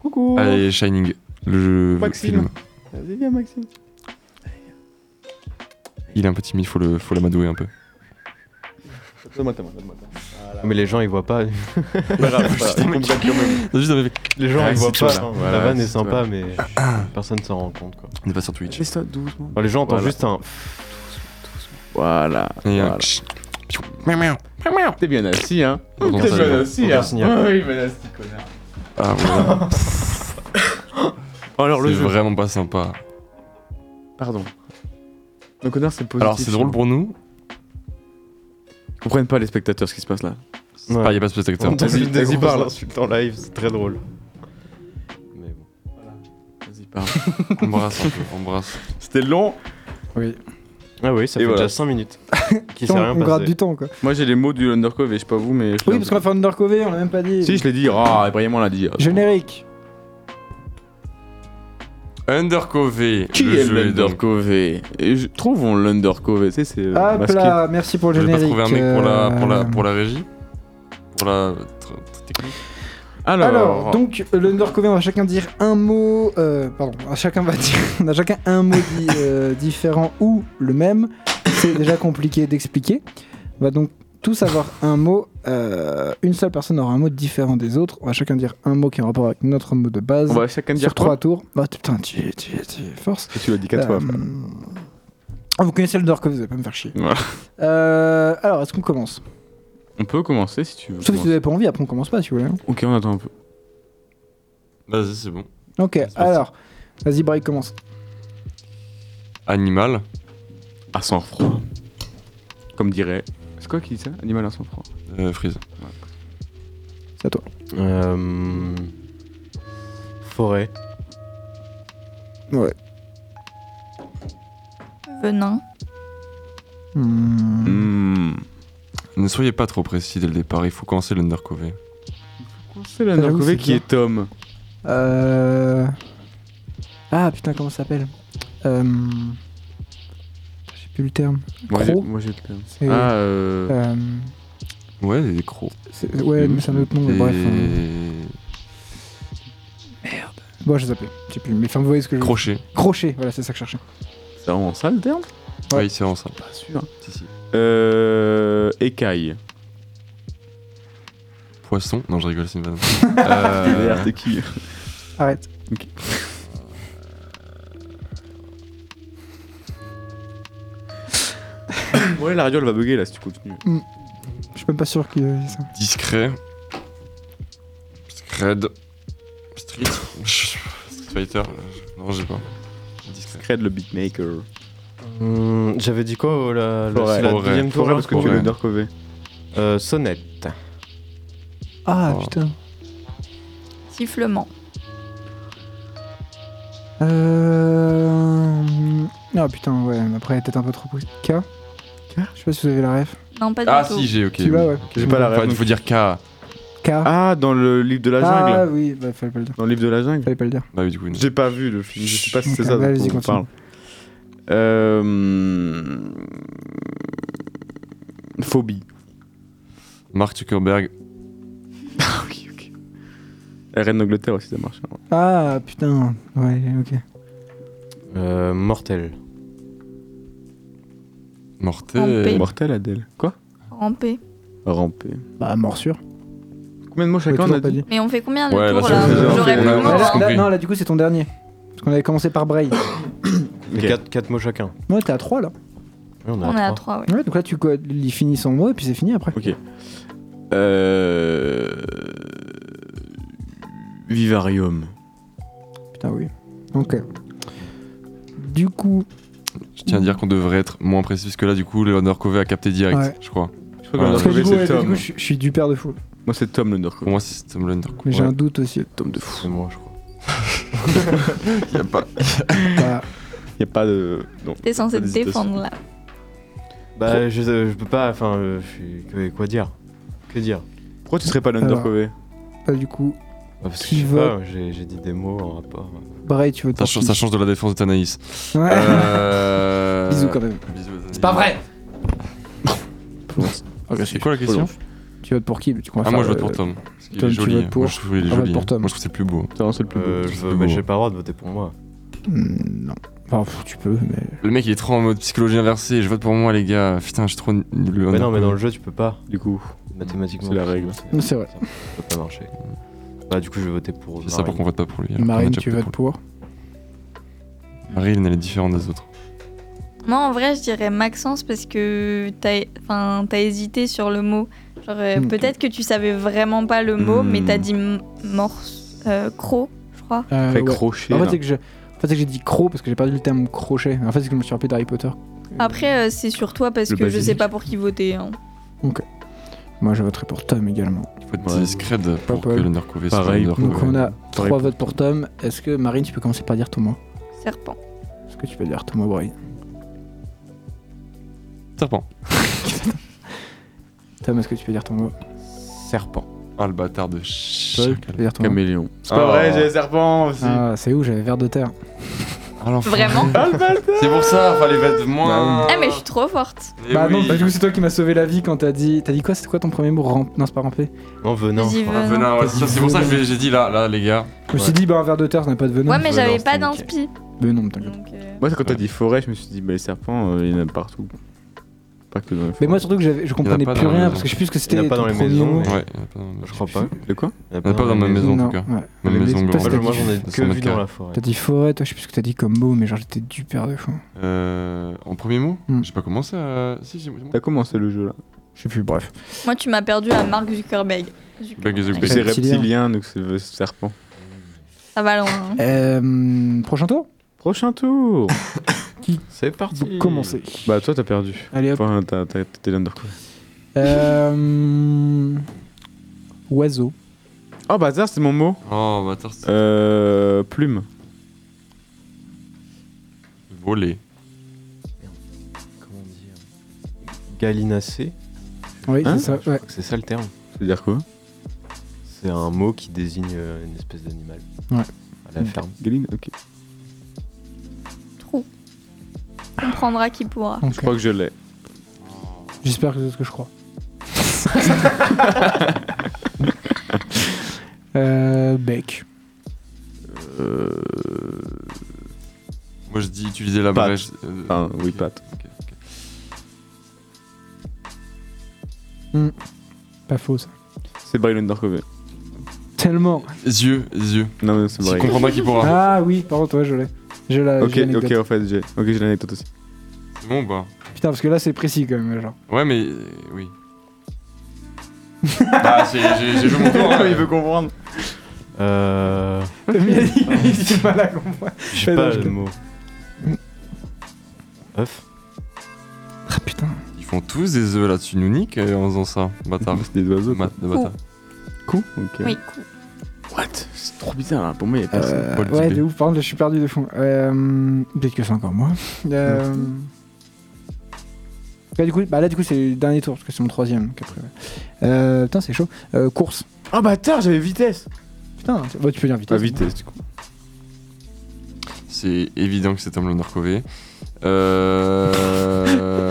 C: Coucou.
D: Allez, Shining, le jeu
E: Oh. Maxime.
D: film.
E: Vas-y, viens, Maxime.
D: Il est un peu timide, faut le, faut l'amadouer un peu.
F: Donne-moi ta main, donne-moi ta main. Mais les gens ils voient pas. <laughs> Pas grave, pas grave, ils comprennent quand même.
D: Juste avec-
F: Les gens
D: Ouais,
F: ils voient
D: Ah, c'est
F: pas.
D: tout, là.
F: la
D: Voilà,
F: vanne est
D: c'est
F: sympa,
D: tout, là. <coughs>
F: mais personne s'en rend compte quoi.
D: On est pas sur Twitch.
F: Laisse-toi doucement. les gens entendent
D: Voilà.
F: juste un.
E: Voilà.
D: Et un
E: voilà. T'es bien assis, hein T'es
D: Dans
E: bien
D: ta gueule.
E: assis,
D: Dans
E: hein
D: ton signal.
E: Ouais, bien assis, connard.
D: Ah voilà.
E: <laughs> Alors, le
D: C'est
E: jeu.
D: vraiment pas sympa.
E: Pardon. Le connard, c'est positif. hein.
D: Alors c'est drôle pour nous.
E: Ils comprennent pas les spectateurs ce qui se passe là.
D: C'est pas- Ah, y a pas de spectateurs.
E: Vas-y, vas-y, parle.
F: insulte en live, c'est très drôle.
E: Vas-y, parle.
D: Embrasse un peu, embrasse.
E: C'était long.
C: Oui.
F: Ah oui, ça
E: Et
F: fait
E: voilà.
F: déjà 5 <laughs> minutes.
C: Putain,
F: Qui s'est rien
C: on gratte
F: passé.
C: du temps quoi.
E: Moi j'ai les mots du Undercove et je sais pas vous, mais. je l'ai
C: Oui,
E: un
C: parce
E: peu-
C: qu'on va faire Undercover, on l'a même pas dit.
E: Si, je l'ai dit. Ah, et Brian l'a dit.
C: Générique.
D: Undercover.
E: Qui
D: le
E: est
D: jeu est donc-
E: l'Undercove Et je- Trouvons l'Undercove, tu sais, c'est. euh,
C: Hop
E: masqué.
C: là, merci pour le
D: J'ai pas
C: générique.
D: trouvé un mec pour la, pour la,
C: euh,
D: pour la régie Pour la tr- tr- technique
E: Alors,
C: Alors, donc, l'undercover, on va chacun dire un mot. euh, pardon, à chacun va dire. <laughs> On a chacun un mot di- euh, différent ou le même. C'est déjà compliqué d'expliquer. On va donc tous avoir un mot. euh, une seule personne aura un mot différent des autres. On va chacun dire un mot qui est en rapport avec notre mot de base.
E: on va chacun
C: sur
E: dire
C: trois
E: trois.
C: tours. Bah, putain, tu, tu, tu forces.
E: Tu l'as dit quatre fois.
C: Euh, ah, vous connaissez l'undercover, vous allez pas me faire chier.
E: Voilà.
C: Euh, alors, est-ce qu'on commence
E: On peut commencer si tu veux.
C: Sauf si vous
E: commencer.
C: avez pas envie, après on commence pas si vous voulez. hein.
E: Ok, on attend un peu.
D: Vas-y, c'est bon.
C: Ok,
D: C'est parti.
C: alors, vas-y, Bray, commence.
D: Animal.
E: À sang froid. Comme dirait. C'est quoi qui dit ça Animal à sang froid.
D: Euh, Freeze.
C: C'est à toi.
F: Euh, Forêt.
C: Ouais.
G: Venin.
E: Hmm.
D: Ne soyez pas trop précis dès le départ, il faut commencer l'undercover.
E: C'est l'Undercove
C: c'est
E: qui
C: bien.
E: est Tom.
C: Euh... Ah putain, comment ça s'appelle euh... J'ai plus le terme.
E: Moi, j'ai-
C: Croc
E: Moi j'ai le terme.
C: C'est-
E: Ah, euh.
C: euh,
D: Ouais, des crocs.
C: c'est- Ouais,
D: Hmm.
C: mais c'est un autre nom, mais
D: Et-
C: bref. hein. Bon, je les appelle. Je sais plus. Mais enfin, vous voyez ce que je veux dire.
D: Crochet.
C: Crochet, voilà, c'est ça que je cherchais.
E: C'est vraiment ça le terme
C: Ouais.
D: Oui, c'est en ça.
E: Pas sûr. hein.
D: Si, si.
E: Euh.
C: <laughs>
E: Écaille.
D: Poisson. Non, je rigole, c'est une vanne.
E: Merde,
D: euh...
E: t'es qui
C: Arrête.
E: Ouais, la radio elle va bugger là si tu continues.
C: Je suis même pas sûr qu'il y ait ça.
D: Discret. Scred. Street. Street Fighter. euh, Non, j'ai pas. Discret.
E: Cred le beatmaker.
F: Hum, J'avais dit quoi oh, la, la-
E: Forêt.
F: c'est la
D: Forêt.
F: deuxième tour hein.
E: Forêt
F: là
E: parce que
D: Forêt.
E: tu es l'Undercove.
F: Euh, Sonnette.
C: Ah
D: Oh.
C: putain.
G: Sifflement.
C: Euh... Ah putain, ouais, mais après, peut-être un peu trop poussé. K K Je sais pas si vous avez la ref.
G: Non, pas du
D: Ah,
G: tout.
D: si, j'ai, ok.
C: Tu l'as, ouais.
E: J'ai pas la
D: Enfin,
E: ref.
D: il faut dire K.
C: K. Ah,
E: Ah, dans le livre de la jungle.
C: oui, bah, fallait pas le dire.
E: Dans le livre de la jungle
C: Fallait pas le dire.
D: Bah oui, du coup, non.
E: J'ai pas vu le film, je sais pas si c'est ça
C: Allez,
E: dont
C: vas-y,
E: on
C: continue.
E: parle. Euh... Phobie.
D: Mark Zuckerberg.
E: ok, ok. La reine d'Angleterre aussi, ça marche. hein.
C: Ah putain, ouais, ok.
F: Euh, mortel.
D: Mortel.
F: Euh,
G: Rampé.
E: Mortel, Adèle. Quoi
G: Ramper.
E: Ramper.
C: Bah, morsure.
E: Combien de mots
C: J'avais
E: chacun on
C: toujours
E: a
C: pas
E: dit
C: dit.
G: Mais on fait combien de
D: Ouais,
G: tours
D: là,
G: là
D: c'est-
E: c'est-
G: J'aurais
E: c'est-
G: pu
D: on a-
G: m'en
C: Là, là,
G: rendre.
D: compris.
C: non, là, du coup, c'est ton dernier. Parce qu'on avait commencé par Braille.
F: Mais
E: Ok.
F: 4, mots chacun. Ouais,
C: Ouais, t'es à 3 là.
F: on est
G: On est à
F: à 3.
G: 3, ouais.
C: Ouais, donc là, tu co- il finit son mot et puis c'est fini après.
E: Ok. Euh... Vivarium.
C: Putain, oui. Ok. Du coup,
D: Je tiens à dire qu'on devrait être moins précis, parce que là, du coup, le undercover a capté direct,
C: Ouais.
D: je crois.
E: Je crois
D: Ouais.
E: que
C: parce que du coup,
E: l'Undercover,
C: ouais,
E: c'est
C: du coup,
E: Tom.
C: je, je suis du père de fou.
E: Moi, c'est Tom
D: Pour
E: l'Undercover.
D: moi, c'est Tom l'undercover.
C: Mais j'ai un doute aussi.
E: Tom de fou.
F: C'est moi, je crois.
D: Y a pas.
C: Bah,
E: Y a pas de. Non.
G: T'es censé
E: Pas
G: te
E: d'hésitation.
G: défendre là.
F: Bah, je, je peux pas. Enfin, euh, je suis. que- Quoi dire Que dire
E: Pourquoi tu serais pas l'Undercover
C: bah, du coup,
F: Ah, Parce que
C: Qui
F: je sais
C: va
F: pas, j'ai j'ai dit des mots en rapport.
C: Braille, tu veux te
D: Ça, change- ça change de la défense de Tanaïs.
C: Ouais.
D: Euh...
C: <laughs> Bisous quand même.
D: C'est pas vrai C'est quoi la question
C: Tu votes pour qui mais tu comprends
D: Ah, moi je
C: pas,
D: vote
C: euh,
D: pour Tom. Parce qu'il
C: Tom,
D: est
C: tu
D: joli. hein.
C: votes pour
D: Moi je trouve qu'il est
C: Ah, vote
D: joli.
C: pour Tom.
D: Moi je trouve que c'est le plus beau.
E: Tom, c'est le plus
F: Euh,
E: beau.
F: je
D: c'est
F: veux-
D: beau.
F: mais j'ai pas le droit de voter pour moi.
C: hmm, Non. Enfin, pff, tu peux, mais.
D: Le mec il est trop en mode psychologie inversée, je vote pour moi les gars, putain je suis trop nul.
F: Mais Bah, non, mais dans le jeu, tu peux pas, du coup, mathématiquement.
D: C'est la règle.
C: C'est vrai.
F: Ça peut pas <laughs> marcher. Bah, du coup, je vais voter pour.
D: C'est ça pour qu'on vote pas pour lui. alors qu'on a
C: Marine,
D: déjà
C: tu
D: voté
C: votes pour
D: pour lui. Marine, elle est différente des autres.
G: Moi, en vrai, je dirais Maxence parce que t'as enfin, t'as hésité sur le mot. Genre, euh,
C: Mm.
G: peut-être que tu savais vraiment pas le mot, mais
C: Mm.
G: t'as dit m- morse, euh, croc, je crois.
C: Euh,
E: Fait
C: ouais.
E: crochet,
C: En fait,
E: là.
C: c'est que j'ai en fait, c'est que j'ai dit croc parce que j'ai perdu le terme crochet. En fait, c'est que je me suis rappelé d'Harry Potter.
G: Après, euh, c'est sur toi parce
C: Le
G: que je sais
C: basilic.
G: pas pour qui voter. hein.
C: Ok. Moi, je voterai pour Tom également.
D: Faut être discrète pour que
C: Paul.
D: le Narcové soit
E: Pareil.
D: le
C: Donc,
D: Narcové.
C: on a
D: Pareil.
C: trois votes pour Tom. Est-ce que Marine, tu peux commencer par dire Thomas
G: Serpent.
C: Est-ce que tu peux dire Thomas Boy
D: Serpent.
C: Tom, est-ce que tu peux dire ton mot
D: Serpent. Ah le bâtard de ch...
C: Paul, tu peux dire ton mot
E: Caméléon.
D: C'est pas vrai, j'ai les
E: serpents
C: Ah, c'est où J'avais vers de terre.
D: Ah,
G: <laughs>
D: l'enfant.
G: Vraiment
D: C'est pour ça, fallait mettre
C: Bah
D: moins.
G: Ah, mais je suis trop forte.
D: Eh
C: bah non,
D: oui.
C: bah, du coup, c'est toi qui m'as sauvé la vie quand t'as dit. T'as dit quoi C'était quoi ton premier mot Ramp- Non, c'est pas ramper.
F: En venant.
G: Vas-y,
D: Ah,
G: venin.
D: venin, ouais, c'est sûr, c'est pour ça que je l'ai- j'ai dit là, là les gars.
C: Je me suis dit, bah, un verre de terre, ça n'a pas de venin.
G: Ouais, mais j'avais pas
C: c'était
G: d'inspi.
C: Mais non, t'inquiète.
G: donc, euh,
E: Moi, c'est quand t'as dit forêt, je me suis dit, bah, les serpents, euh, il y en a partout. Pas que dans les forêts.
C: Mais moi, surtout que j'avais- je comprenais
D: pas
C: plus
D: dans les
C: rien
D: maisons.
C: parce que je sais plus ce que
F: Il y en
C: c'était.
F: a pas
C: ton
F: dans les
C: premier
F: maisons.
C: mot.
D: Ouais, y en a pas dans-
F: Je crois pas.
E: De quoi
F: Il y en a
D: On n'a pas dans ma maison en
C: Non,
D: tout cas.
C: ouais.
D: Ma
C: Mais
D: maison
C: c'est pas
D: grande.
C: ça
F: Moi,
C: dit-
F: j'en ai
D: Ça
F: que
D: m'a
F: vu
D: calme.
F: dans la forêt.
C: T'as dit forêt, toi, je sais plus ce que t'as dit comme mot, mais genre j'étais du père de fou.
D: Euh, en premier mot
C: Hmm.
D: J'ai pas commencé à. Si, j'ai.
E: T'as commencé le jeu là.
C: Je sais plus, bref.
G: Moi, tu m'as perdu à Mark Zuckerberg.
D: Bug is a
E: Mais
D: bug.
E: c'est
C: Reptilien.
E: reptilien, donc c'est le serpent.
G: Ça va loin. hein.
C: Euh, prochain tour
E: Prochain tour
F: C'est parti.
C: Vous commencez.
E: <laughs> Bah, toi, t'as perdu.
C: Allez hop.
E: Enfin, t'as- t'as- t'étais l'undercover.
C: Euh, Oiseau.
E: Oh, bazar, c'est mon mot.
D: Oh, bâtard, c'est
E: Euh. Plume.
D: volé.
F: Comment dire Galinacé
C: Oui,
E: Hein
C: c'est ça. Ouais.
F: C'est ça le terme.
E: C'est-à-dire quoi
F: C'est un mot qui désigne euh, une espèce d'animal.
C: Ouais.
F: À la ferme.
E: Galine Ok.
G: Trou. On prendra qui pourra.
C: Ok.
E: Je crois que je l'ai.
C: J'espère que c'est ce que je crois. euh, bec.
E: Euh.
D: Moi je dis utiliser la
E: Patte.
D: brèche. euh,
E: Enfin, oui,
D: ok,
E: patte.
D: ok, ok.
C: Pas faux ça.
E: C'est Braille Undercover.
C: Tellement.
D: Yeux, yeux.
E: Non, mais c'est
D: Si tu
E: Braille.
D: comprends pas qui pourra.
C: Ah oui, par contre, ouais, je l'ai. Je l'ai.
E: Ok,
C: j'ai l'anecdote.
E: ok, en fait, j'ai ok, j'ai l'anecdote aussi.
D: C'est bon ou pas
C: Putain, parce que là c'est précis quand même, genre.
D: Ouais, mais. euh, Oui. Bah, j'ai- j'ai j'ai joué
C: <laughs>
D: mon tour. hein.
E: comprendre.
F: Euh.
C: Il pas là, comprendre.
F: J'ai
C: Ouais,
F: pas
C: non, je
F: le
C: l'ai.
F: mot. Mm. Œuf
C: Ah putain.
D: Ils font tous des œufs là-dessus, nous nique euh, en faisant ça. Bâtard.
E: C'est des oiseaux.
D: Ma- de bâtard.
E: Coup Ok.
G: Oui, cool.
E: What C'est trop bizarre, hein. pour moi, il y a personne.
C: Euh,
D: Paul
C: ouais,
D: Dubé.
C: de ouf, par contre, je suis perdu de fond. Euh, Peut-être que c'est encore moi. Euh, Là, du coup, bah là, du coup, c'est le dernier tour, parce que c'est mon troisième. donc après, ouais. Euh, putain, c'est chaud. Euh, course.
E: Ah, bâtard, j'avais vitesse
C: Putain, tu- ouais, tu peux dire vitesse.
E: Ah, vitesse, du coup.
D: C'est évident que c'est Tom Leonard Euh.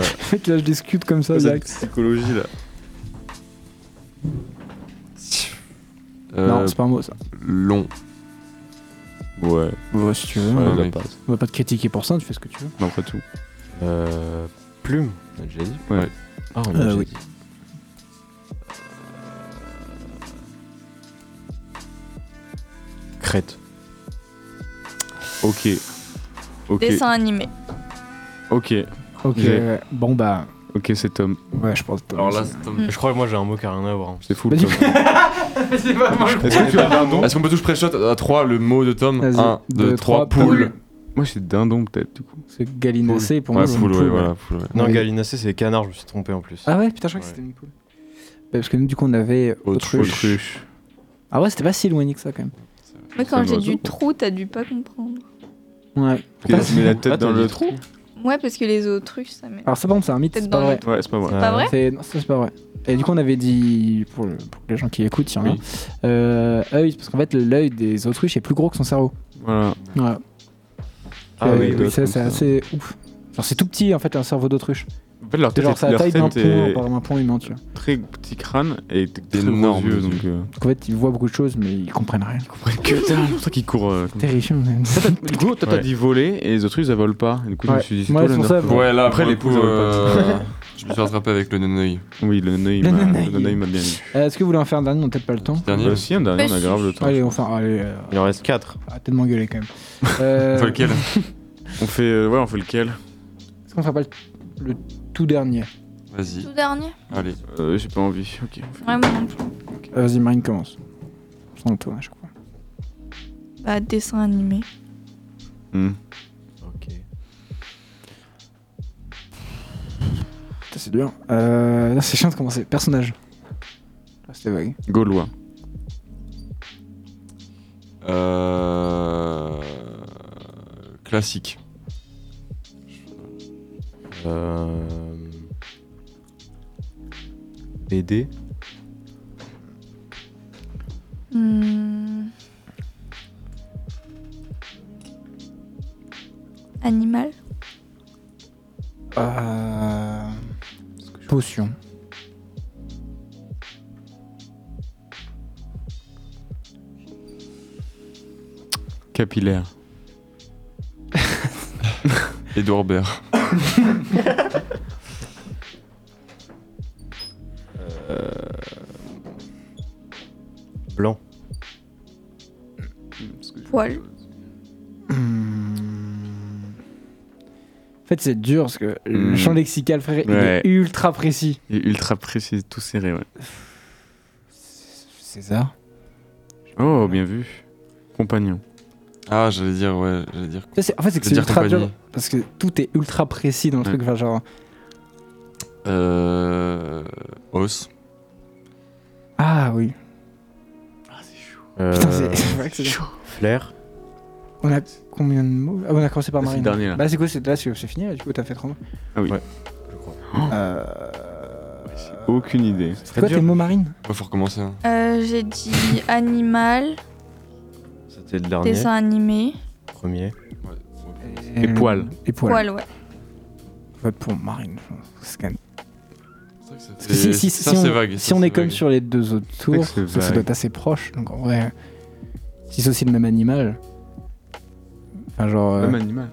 C: Le mec, là, je discute comme ça,
E: Cette
C: direct.
E: psychologie là.
C: <laughs>
D: euh,
C: Non, c'est pas un mot, ça.
D: Long.
E: Ouais,
C: Ouais, si tu veux.
F: Ah
E: ouais, la
D: mais-
E: patte.
C: On va pas te critiquer pour ça, tu fais ce que tu veux.
E: Mais après tout.
F: Euh. Plume On a déjà dit
E: Ouais.
F: Ah, on a déjà
C: oui.
F: dit. Crête.
E: Ok. Ok.
G: Dessin animé.
E: Ok.
C: Ok,
E: J'ai-
C: ouais. bon, bah.
E: Ok, c'est Tom.
C: Ouais, je pense.
D: Alors là, c'est Tom.
F: Je crois que moi j'ai un mot qui a rien à voir. hein.
E: C'est fou. Ah,
C: Bah,
E: Tom.
C: du coup- <laughs> c'est pas moi.
E: Est-ce que tu avais un don
D: Est-ce qu'on peut toucher pré-shot à 3 le mot de Tom
C: Vas-y.
D: 1,
C: Deux,
D: 2, 3,
C: trois,
D: poule.
E: Moi, c'est dindon peut-être du coup.
C: C'est Galinacé pour
D: Ouais,
C: moi. c'est une
D: poule, ouais,
C: poule,
D: voilà, Ah, poule. ouais.
F: Non,
C: Oui.
F: Galinacé c'est canard, je me suis trompé en plus.
C: Ah ouais, putain, je crois que
F: Ouais.
C: c'était une poule. Bah, Parce que nous, du coup, on avait autruche.
E: Autruche.
C: Ah ouais, c'était pas si éloigné que ça quand même.
G: Moi,
E: C'est
G: quand
E: un
G: j'ai
E: oiseau.
G: du trou, t'as dû pas comprendre.
C: Ouais.
E: Pourquoi tu mets la
F: Ah,
E: tête
F: t'as
E: dans le
F: dit
E: trou
G: Ouais, parce que les autruches, ça m'est.
C: Alors ça, par contre, c'est un mythe,
G: Peut-être
C: c'est pas
G: dans
C: vrai. Euh,
E: Ouais, c'est pas
G: C'est
E: vrai.
G: pas vrai
C: C'est- Non, ça, c'est pas vrai. Et du coup, on avait dit, pour, le- pour les gens qui écoutent, s'il y en a,
D: Oui.
C: euh, œil, parce qu'en fait, l'œil des autruches est plus gros que son cerveau.
E: Voilà. Ah
C: Voilà.
F: Ah
C: Euh,
F: oui,
C: ça, c'est assez ouf. Genre, c'est tout petit, en fait, un cerveau d'autruche.
E: En fait, leur
C: C'est
E: tête,
C: genre
E: est-
C: sa
E: leur
C: taille d'un
E: tête est
C: pont, par un pont humain, tu vois.
E: très petit crâne et t- très gros
D: D'énormes
E: yeux.
D: yeux.
E: Donc, euh, <laughs>
C: Donc en fait, ils voient beaucoup de choses, mais ils comprennent rien. Ils comprennent
E: que dalle. C'est pour ça qu'ils courent. euh, comme-
C: Terrifiant, même.
E: Du coup, toi, t'as
C: Ouais.
E: dit voler et les autres, ils ne volent pas. Et du coup, je me
C: Ouais.
E: suis dit, c'est
C: Ouais,
E: toi
C: c'est
E: le
C: pour ça,
E: nerf.
D: Ouais, là,
E: Après, les poules,
D: poules,
E: ils volent
D: euh,
E: pas.
D: <laughs> je me suis rattrapé avec le neneuil.
E: <laughs> Oui, le nœud, il
C: Le
E: m'a
C: nœud,
E: le
C: il-
E: nœud, il m'a bien dit.
C: Euh, Est-ce que vous voulez en faire un dernier On n'a peut-être pas le temps.
D: Dernier.
E: Bah, si, un dernier, on a grave le temps.
C: Allez, enfin, allez. euh,
F: Il en reste 4.
C: Arrêtez de m'engueuler quand même.
E: <laughs>
C: Euh,
D: Faut
C: <laughs>
D: lequel
E: On fait, euh, ouais, on fait lequel
C: Est-ce qu'on fera pas le, le tout dernier
D: Vas-y,
G: Tout dernier
D: allez.
E: Euh, J'ai pas envie. Ok. on fait-
G: Ouais, moi non plus.
C: Euh, Vas-y, Marine commence. Sans le tour à chaque fois.
G: Bah, dessin animé.
E: Hmm.
F: Ok.
C: Putain, C'est dur. Euh, non, c'est chiant de commencer. Personnage. Ah, C'était vague.
E: Gaulois.
D: Euh... Classique.
F: Euh... BD
G: Hmm. Animal
C: Euh... Potion.
E: Capillaire.
D: Edouard Baird.
F: Blanc.
G: Poil
C: En fait, c'est dur parce que le
E: Mm.
C: champ lexical, frère,
E: Ouais.
C: il est ultra précis.
E: Il est ultra précis, tout serré, ouais.
C: César.
E: Oh, bien vu. Compagnon.
D: Ah, j'allais dire, ouais, j'allais dire.
C: Ça, c'est- En fait, c'est que
D: Je
C: c'est
D: veux dire
C: ultra dur
D: compagnie.
C: parce que tout est ultra précis dans le
E: Ouais.
C: truc. Enfin, genre,
D: Euh... Os.
C: ah oui.
F: Euh...
C: Putain, c'est- <laughs> c'est vrai que c'est dur.
F: Flair.
C: On a combien de mots Ah, on a commencé par
E: C'est le
C: Marine.
E: dernier, là.
C: Bah, c'est quoi c'est- Là, c'est c'est fini. là, Du coup, t'as fait 30
E: Ah oui.
F: Ouais.
E: Aucune idée.
C: C'est quoi tes mots, Marine
D: Ouais, faut recommencer. hein.
G: Euh, J'ai dit animal,
F: C'était le dernier.
G: dessin animé,
F: Premier.
E: Et poils.
C: Et poils.
G: poil, ouais.
C: Vote pour Marine. je pense. C'est quand même- Parce que
D: C'est-
C: si, si-
D: ça,
C: si
D: c'est
C: on,
D: vague.
C: si
D: ça,
C: on
D: c'est
C: est comme
D: vague.
C: sur les deux autres tours,
E: C'est vrai que c'est
C: ça, ça
E: vague.
C: doit être assez proche. Donc en vrai, si c'est aussi le même animal, enfin genre, euh,
E: Même animal.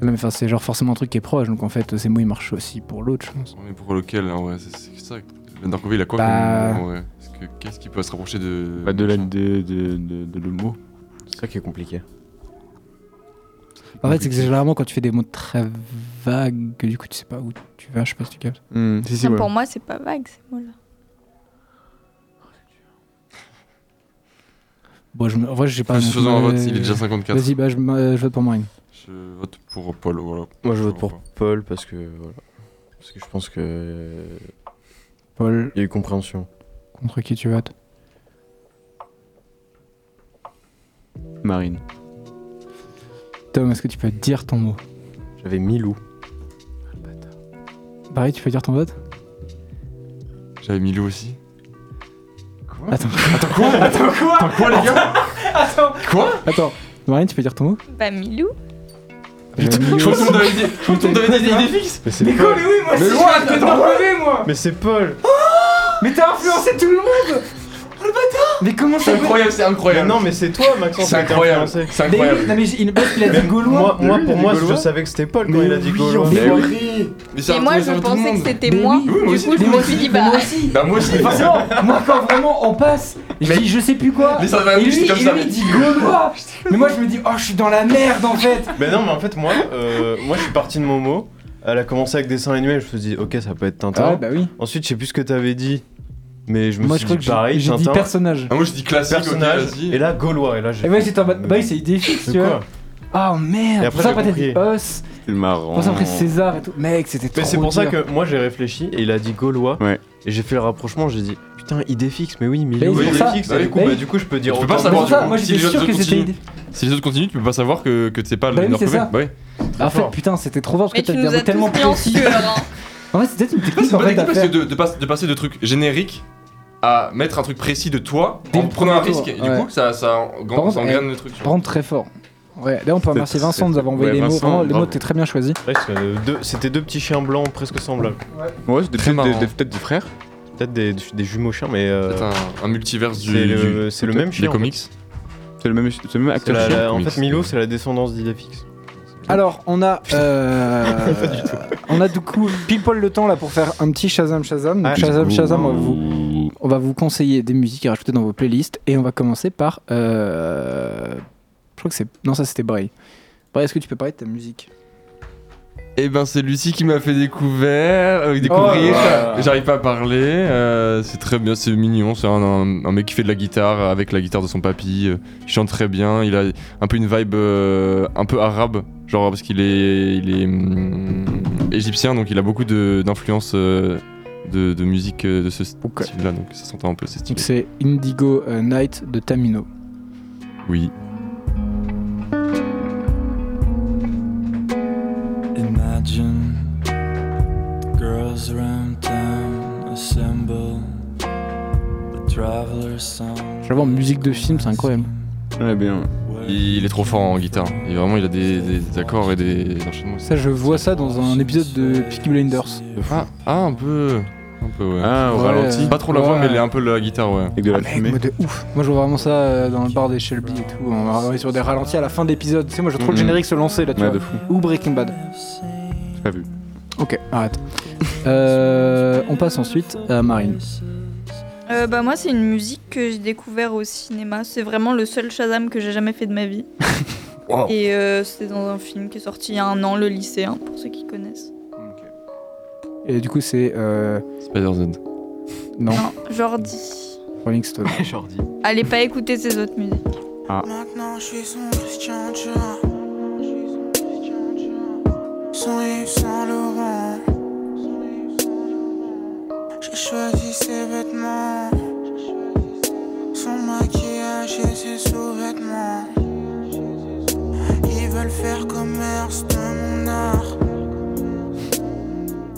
C: non, mais enfin, c'est genre forcément un truc qui est proche. Donc en fait, ces mots ils marchent aussi pour l'autre, je pense.
D: Mais pour lequel, en vrai, c'est c'est ça. Le narcovie, il a quoi
C: Bah.
D: comme nom, en vrai Parce que Qu'est-ce qui peut se rapprocher de.
E: Bah, de la de, de, de, de le mot.
F: C'est ça qui est compliqué.
C: En fait, c'est que généralement quand tu fais des mots très vagues, que du coup tu sais pas où tu vas. Je sais pas si tu captes.
E: Hmm, si, si,
G: Non,
E: ouais.
G: Pour moi, c'est pas vague ces mots-là.
C: Bon, je, me- en vrai, j'ai pas. non
D: Plus
C: plus,
D: faisons un vote,
C: euh,
D: il est déjà 54.
C: Vas-y, bah je, me- je vote pour Marine.
D: Je vote pour Paul, voilà.
F: Moi, je vote
D: Je
F: pour
D: vois.
F: Paul parce que. Voilà. Parce que je pense que.
C: Paul,
F: Il y a eu compréhension.
C: contre qui tu votes
E: Marine.
C: Tom, est-ce que tu peux dire ton mot
F: J'avais Milou.
C: Pareil, tu peux dire ton vote
D: J'avais Milou <laughs> aussi.
C: Attends.
L: <laughs>
C: Attends, Marine, tu peux dire ton mot
G: Bah, Milou
D: Je pense qu'on devait dire- je pense qu'on devait dire des idées fixes.
F: Mais c'est Paul
L: oui, moi aussi, je vais te proposer, moi
F: Mais c'est Paul
L: Mais t'as influencé tout le monde Oh, le bâtard Mais comment ça
D: C'est incroyable, c'est
F: Mais
D: incroyable.
F: Non, mais c'est toi, Maxence,
D: C'est
F: qui a été
D: incroyable.
F: influencé.
D: C'est
L: Mais
D: incroyable.
L: oui, non, mais il parce qu'il a dit Gaulois
F: Moi, moi,
E: Lui, il
F: pour
E: dit
F: moi, je
E: Gaulois.
F: savais que c'était Paul quand il a dit
L: oui,
F: Gaulois.
L: on fait-
D: Mais oui. Mais ça
G: Et
D: a
G: moi, je
D: retourné sur tout le
G: pensais que
D: monde.
G: c'était
L: Mais
G: moi.
L: oui,
D: moi
G: Du
D: aussi.
G: coup, je
L: Mais
G: me
L: moi
G: suis
L: aussi,
G: dit,
L: mais
G: bah.
L: moi aussi
D: Bah, moi aussi.
L: Mais forcément, moi quand vraiment on passe, je dis je sais plus quoi.
D: Mais ça va,
L: et
D: oui,
L: lui,
D: c'est comme
L: et
D: ça,
L: lui,
D: mais-
L: il dit Gaulois. mais moi je me dis oh je suis dans la merde en fait.
F: Mais non, mais en fait, moi, euh, moi, je suis parti de mon mot. Elle a commencé avec dessin animé, je me suis dit, ok, ça peut être Tintin.
C: bah oui.
F: Ensuite, je sais plus ce que t'avais dit, mais je me
C: Moi, je
F: suis
C: crois
F: dit
C: que j'ai
F: pareil,
C: j'ai dit
F: Tintin,
C: personnage.
D: Ah, moi, je dis classique, ok,
F: personnage,
D: vas-y.
F: et là, Gaulois. Et là, j'ai.
C: Et moi j'étais en mode bah oui, c'est idée fixe,
F: De
C: tu vois.
F: quoi
L: Ah,
C: Oh merde.
F: Et
C: pour
F: après,
C: ça
F: j'ai Oh.
C: après t'as dit os.
E: C'est marrant.
C: Pour ça après César et tout. Mec, c'était trop
F: Mais c'est pour ça
C: dur.
F: que moi, j'ai réfléchi et il a dit Gaulois.
E: Ouais.
F: Et j'ai fait le rapprochement, j'ai dit, putain, idée fixe, mais oui, Milou,
C: Mais c'est pour
F: idée
C: ça.
F: fixe.
D: Bah
F: Et du
D: oui.
F: coup, bah,
C: Mais-
F: du coup, je peux dire.
D: Tu peux pas
F: autant.
C: Ah, bah, C'est pour
D: savoir, du
C: ça,
D: coup,
C: moi j'étais
D: si les
C: sûr
D: autres
C: que c'était
D: continuent.
C: idée.
D: Si les autres continuent, tu peux pas savoir que, que c'est pas
C: Bah
D: le
C: oui,
D: narcovie.
C: c'est ça.
D: Bah oui.
C: En fait
F: fort.
C: putain, c'était trop fort parce
G: Mais tu
C: que t'as des
G: nous
C: mots
G: as tous
C: tellement
G: mis en
C: précis.
G: sueur. hein.
C: En fait, c'est peut-être une
D: C'est pas
C: technique
D: c'est
C: en
D: pas
F: Bah,
C: fait à
D: technique Bah, parce que
C: faire.
D: de, de, pas- de passer de trucs génériques à mettre un truc précis de toi
C: Dès
D: en
C: le
D: prenant un
C: premier tour,
D: risque. Et
C: ouais.
D: du coup, ça, ça, en-
C: contre,
F: eh,
D: ça engraine le truc. tu
C: Par contre, très fort. Ouais, là on peut remercier
F: C'était-
C: Vincent de nous avoir envoyé
F: Ouais,
C: les mots.
F: Vincent,
C: Vraiment, les mots
F: bravo.
C: étaient très bien
D: <laughs>
C: choisis.
F: Ouais, c'est, euh, deux- C'était deux petits chiens blancs presque semblables.
E: Ouais, c'était
F: Très
E: peut-être
F: marrant.
E: des- des- peut-être des frères.
F: Peut-être des, des jumeaux chiens, mais. euh,
D: Peut-être un, un multiverse du.
F: C'est le,
D: du-
F: c'est le même chien.
D: Des comics.
E: C'est le même, c'est le même
F: C'est
E: acteur.
F: la-
E: chien.
F: la- en
E: Comics.
F: fait, Milo, c'est la descendance d'Idéfix.
C: Alors, on a.
D: <laughs>
C: euh, on a du coup pile poil le temps là pour faire un petit Shazam Shazam.
D: Ah,
C: Donc, Ah, Shazam Shazam,
D: euh,
C: on va, vous, on va vous conseiller des musiques à rajouter dans vos playlists. Et on va commencer par. euh, je crois que c'est. Non, ça c'était Bray. Bray, est-ce que tu peux parler de ta musique
D: Eh ben c'est Lucie qui m'a fait découvert, euh, découvrir.
C: Oh là là.
D: J'arrive pas à parler. euh, c'est très bien, c'est mignon. C'est un, un- un mec qui fait de la guitare euh, avec la guitare de son papy. euh, il chante très bien. Il a un peu une vibe euh, un peu arabe, genre parce qu'il est, il est hum, égyptien, donc il a beaucoup de- d'influences euh, de, de musique euh, de ce style-là. Donc ça s'entend un peu, c'est
C: Donc
D: stylé.
C: c'est Indigo euh, Night de Tamino.
D: Oui.
P: Imagine the girls around town assemble the traveler's song.
C: Je vais voir musique de film, c'est incroyable.
E: Ouais, bien.
D: Il est trop fort en guitare. Et vraiment, il a des, des accords et des enchaînements.
C: Ça, je vois ça dans un épisode de Peaky Blinders.
D: Ah, un peu. Un peu, ouais.
E: Ah, au
C: Ouais,
E: ralenti.
C: euh,
D: Pas trop la voix,
C: Ouais.
D: mais il est un peu la guitare, ouais.
E: Avec de la
C: Ah, mec, moi, de ouf. Moi, je vois vraiment ça euh, dans le bar des Shelby et tout. On va arriver sur des ralentis à la fin de l'épisode. Tu sais, moi, je trouve le
E: Mhm.
C: générique se lancer là, tu
E: Ouais,
C: vois.
E: de fou.
C: Ou Breaking Bad.
E: J'ai pas vu.
C: Ok, arrête. <laughs> Euh, on passe ensuite à Marine.
G: Euh, bah moi c'est une musique que j'ai découvert au cinéma. C'est vraiment le seul Shazam que j'ai jamais fait de ma
D: <laughs>
G: vie.
D: Wow.
G: Et euh, c'était dans un film qui est sorti il y a un an, Le lycéen, pour ceux qui connaissent.
C: Et du coup, c'est. Euh...
D: Spider-Z.
C: Non,
G: Non, Jordi.
C: Rolling Stone.
F: Jordi.
G: Allez pas écouter ces autres musiques.
K: Maintenant je suis son Christian Dior. Son Yves Saint Laurent. J'ai choisi ses vêtements. Son maquillage et ses sous-vêtements. Ils veulent faire commerce de mon art.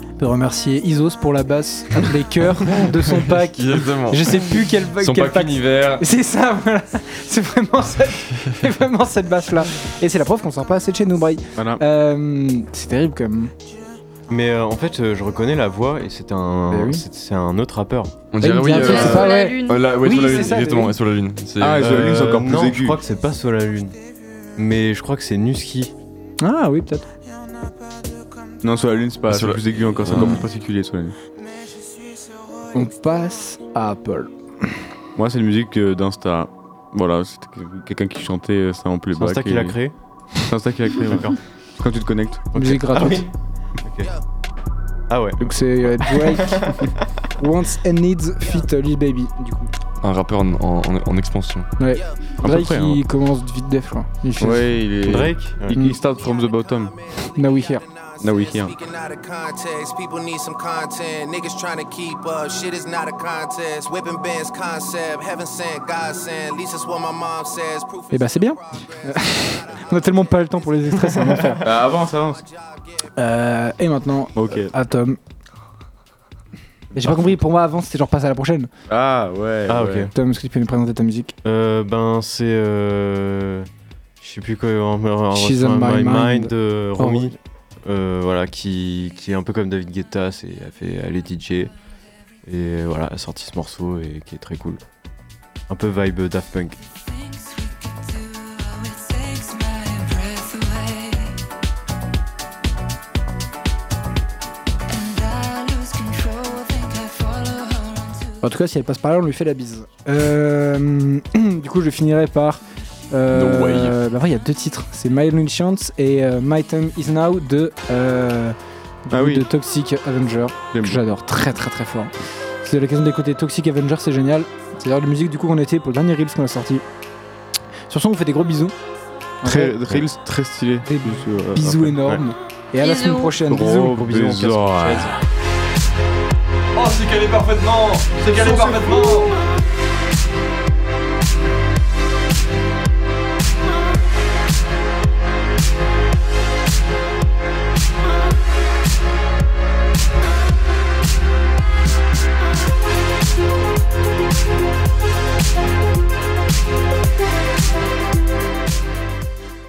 C: On peut remercier Isos pour la basse, les chœurs de son
D: <laughs>
C: pack.
D: Exactement.
C: Je sais plus quel,
D: Son
C: quel
D: pack univers.
C: C'est ça, voilà. C'est vraiment cette, c'est vraiment cette basse-là. Et c'est la preuve qu'on sort pas assez de chez nous, Bray. Euh, c'est terrible quand même.
F: Mais euh, en fait, euh, je reconnais la voix et c'est un,
C: Eh oui.
F: c'est c'est un autre rappeur.
D: On dirait, oui, euh, euh, là, ouais, sur la lune, exactement, et sur la lune. C'est-
C: Ah,
F: Euh, non, je crois que c'est pas sur la lune. Mais je crois que c'est Nuski.
C: Ah oui, peut-être.
E: Non, sur la lune, c'est pas
D: Sur
E: c'est
D: la-
E: plus aigu encore, c'est
D: Ouais.
E: encore plus particulier sur la lune.
C: On passe à Apple.
E: Moi, c'est une musique euh, d'Insta. Voilà, c'était que- quelqu'un qui chantait euh, ça en playback.
F: C'est Insta qui
E: et-
F: l'a créé
E: C'est Insta qui l'a créé, ouais.
F: D'accord.
E: C'est Quand tu te connectes.
C: Musique gratuite.
F: Ah ouais.
C: Donc c'est euh, Drake, <laughs> Wants and Needs fit Lil Baby, du coup.
D: Un rappeur en, en- en expansion.
C: Ouais.
E: peu
C: Drake,
E: près,
C: il
E: hein.
C: commence vite def, quoi. Il fait-
E: Ouais, il est.
F: Drake
E: Il, il start from the
M: <laughs>
E: bottom.
C: Now we here.
E: Now we here.
Q: Speaking out of context, people need some content. Niggas trying to keep up, shit is not a contest. Whipping bands concept, heaven sent, God sent. At least it's what my mom says. Proof
C: Et bah Eh c'est bien. <laughs> On a tellement pas le temps pour les extraits, c'est un <laughs> enfer.
E: Ah, avance, avance.
C: Euh, et maintenant,
E: Ok.
C: euh, à Tom. Mais j'ai pas compris, pour moi avant c'était genre passe à la prochaine.
E: Ah ouais.
F: Ah,
E: ouais.
F: ok.
C: Tom, est-ce que tu peux nous présenter ta musique
F: Euh, ben, c'est. Euh... Je sais plus quoi. un- un- un-
C: She's
F: un-
C: on my mind.
F: de
C: Oh,
F: Romy.
C: ouais.
F: Euh, voilà, qui, qui est un peu comme David Guetta, c'est, elle, fait, elle est DJ. Et voilà, elle a sorti ce morceau et qui est très cool. Un peu vibe Daft Punk.
C: En tout cas, si elle passe par là, on lui fait la bise. Euh, <clears throat> du coup, je finirai par.
D: No
C: Euh,
D: way.
C: bah, après, il y a deux titres c'est My Only Chance et euh, My Time Is Now de, euh, du
E: Ah
C: coup,
E: oui.
C: de Toxic Avenger. que
E: J'aime.
C: J'adore très très très fort. C'est l'occasion d'écouter Toxic Avenger, c'est génial. C'est d'ailleurs la musique du coup qu'on était pour le dernier Reels qu'on a sorti. Sur ce, on vous fait des gros bisous.
E: Très,
C: Ouais.
E: reels, très stylé.
C: Des
E: Bisous, euh,
C: Bisous
E: après.
C: énormes.
E: Ouais.
C: Et à la
E: Bisous.
C: semaine prochaine.
E: Gros
C: Bisous.
E: bisous, Bisous. casse-couille.
D: Oh, c'est qu'elle est parfaitement C'est qu'elle est parfaitement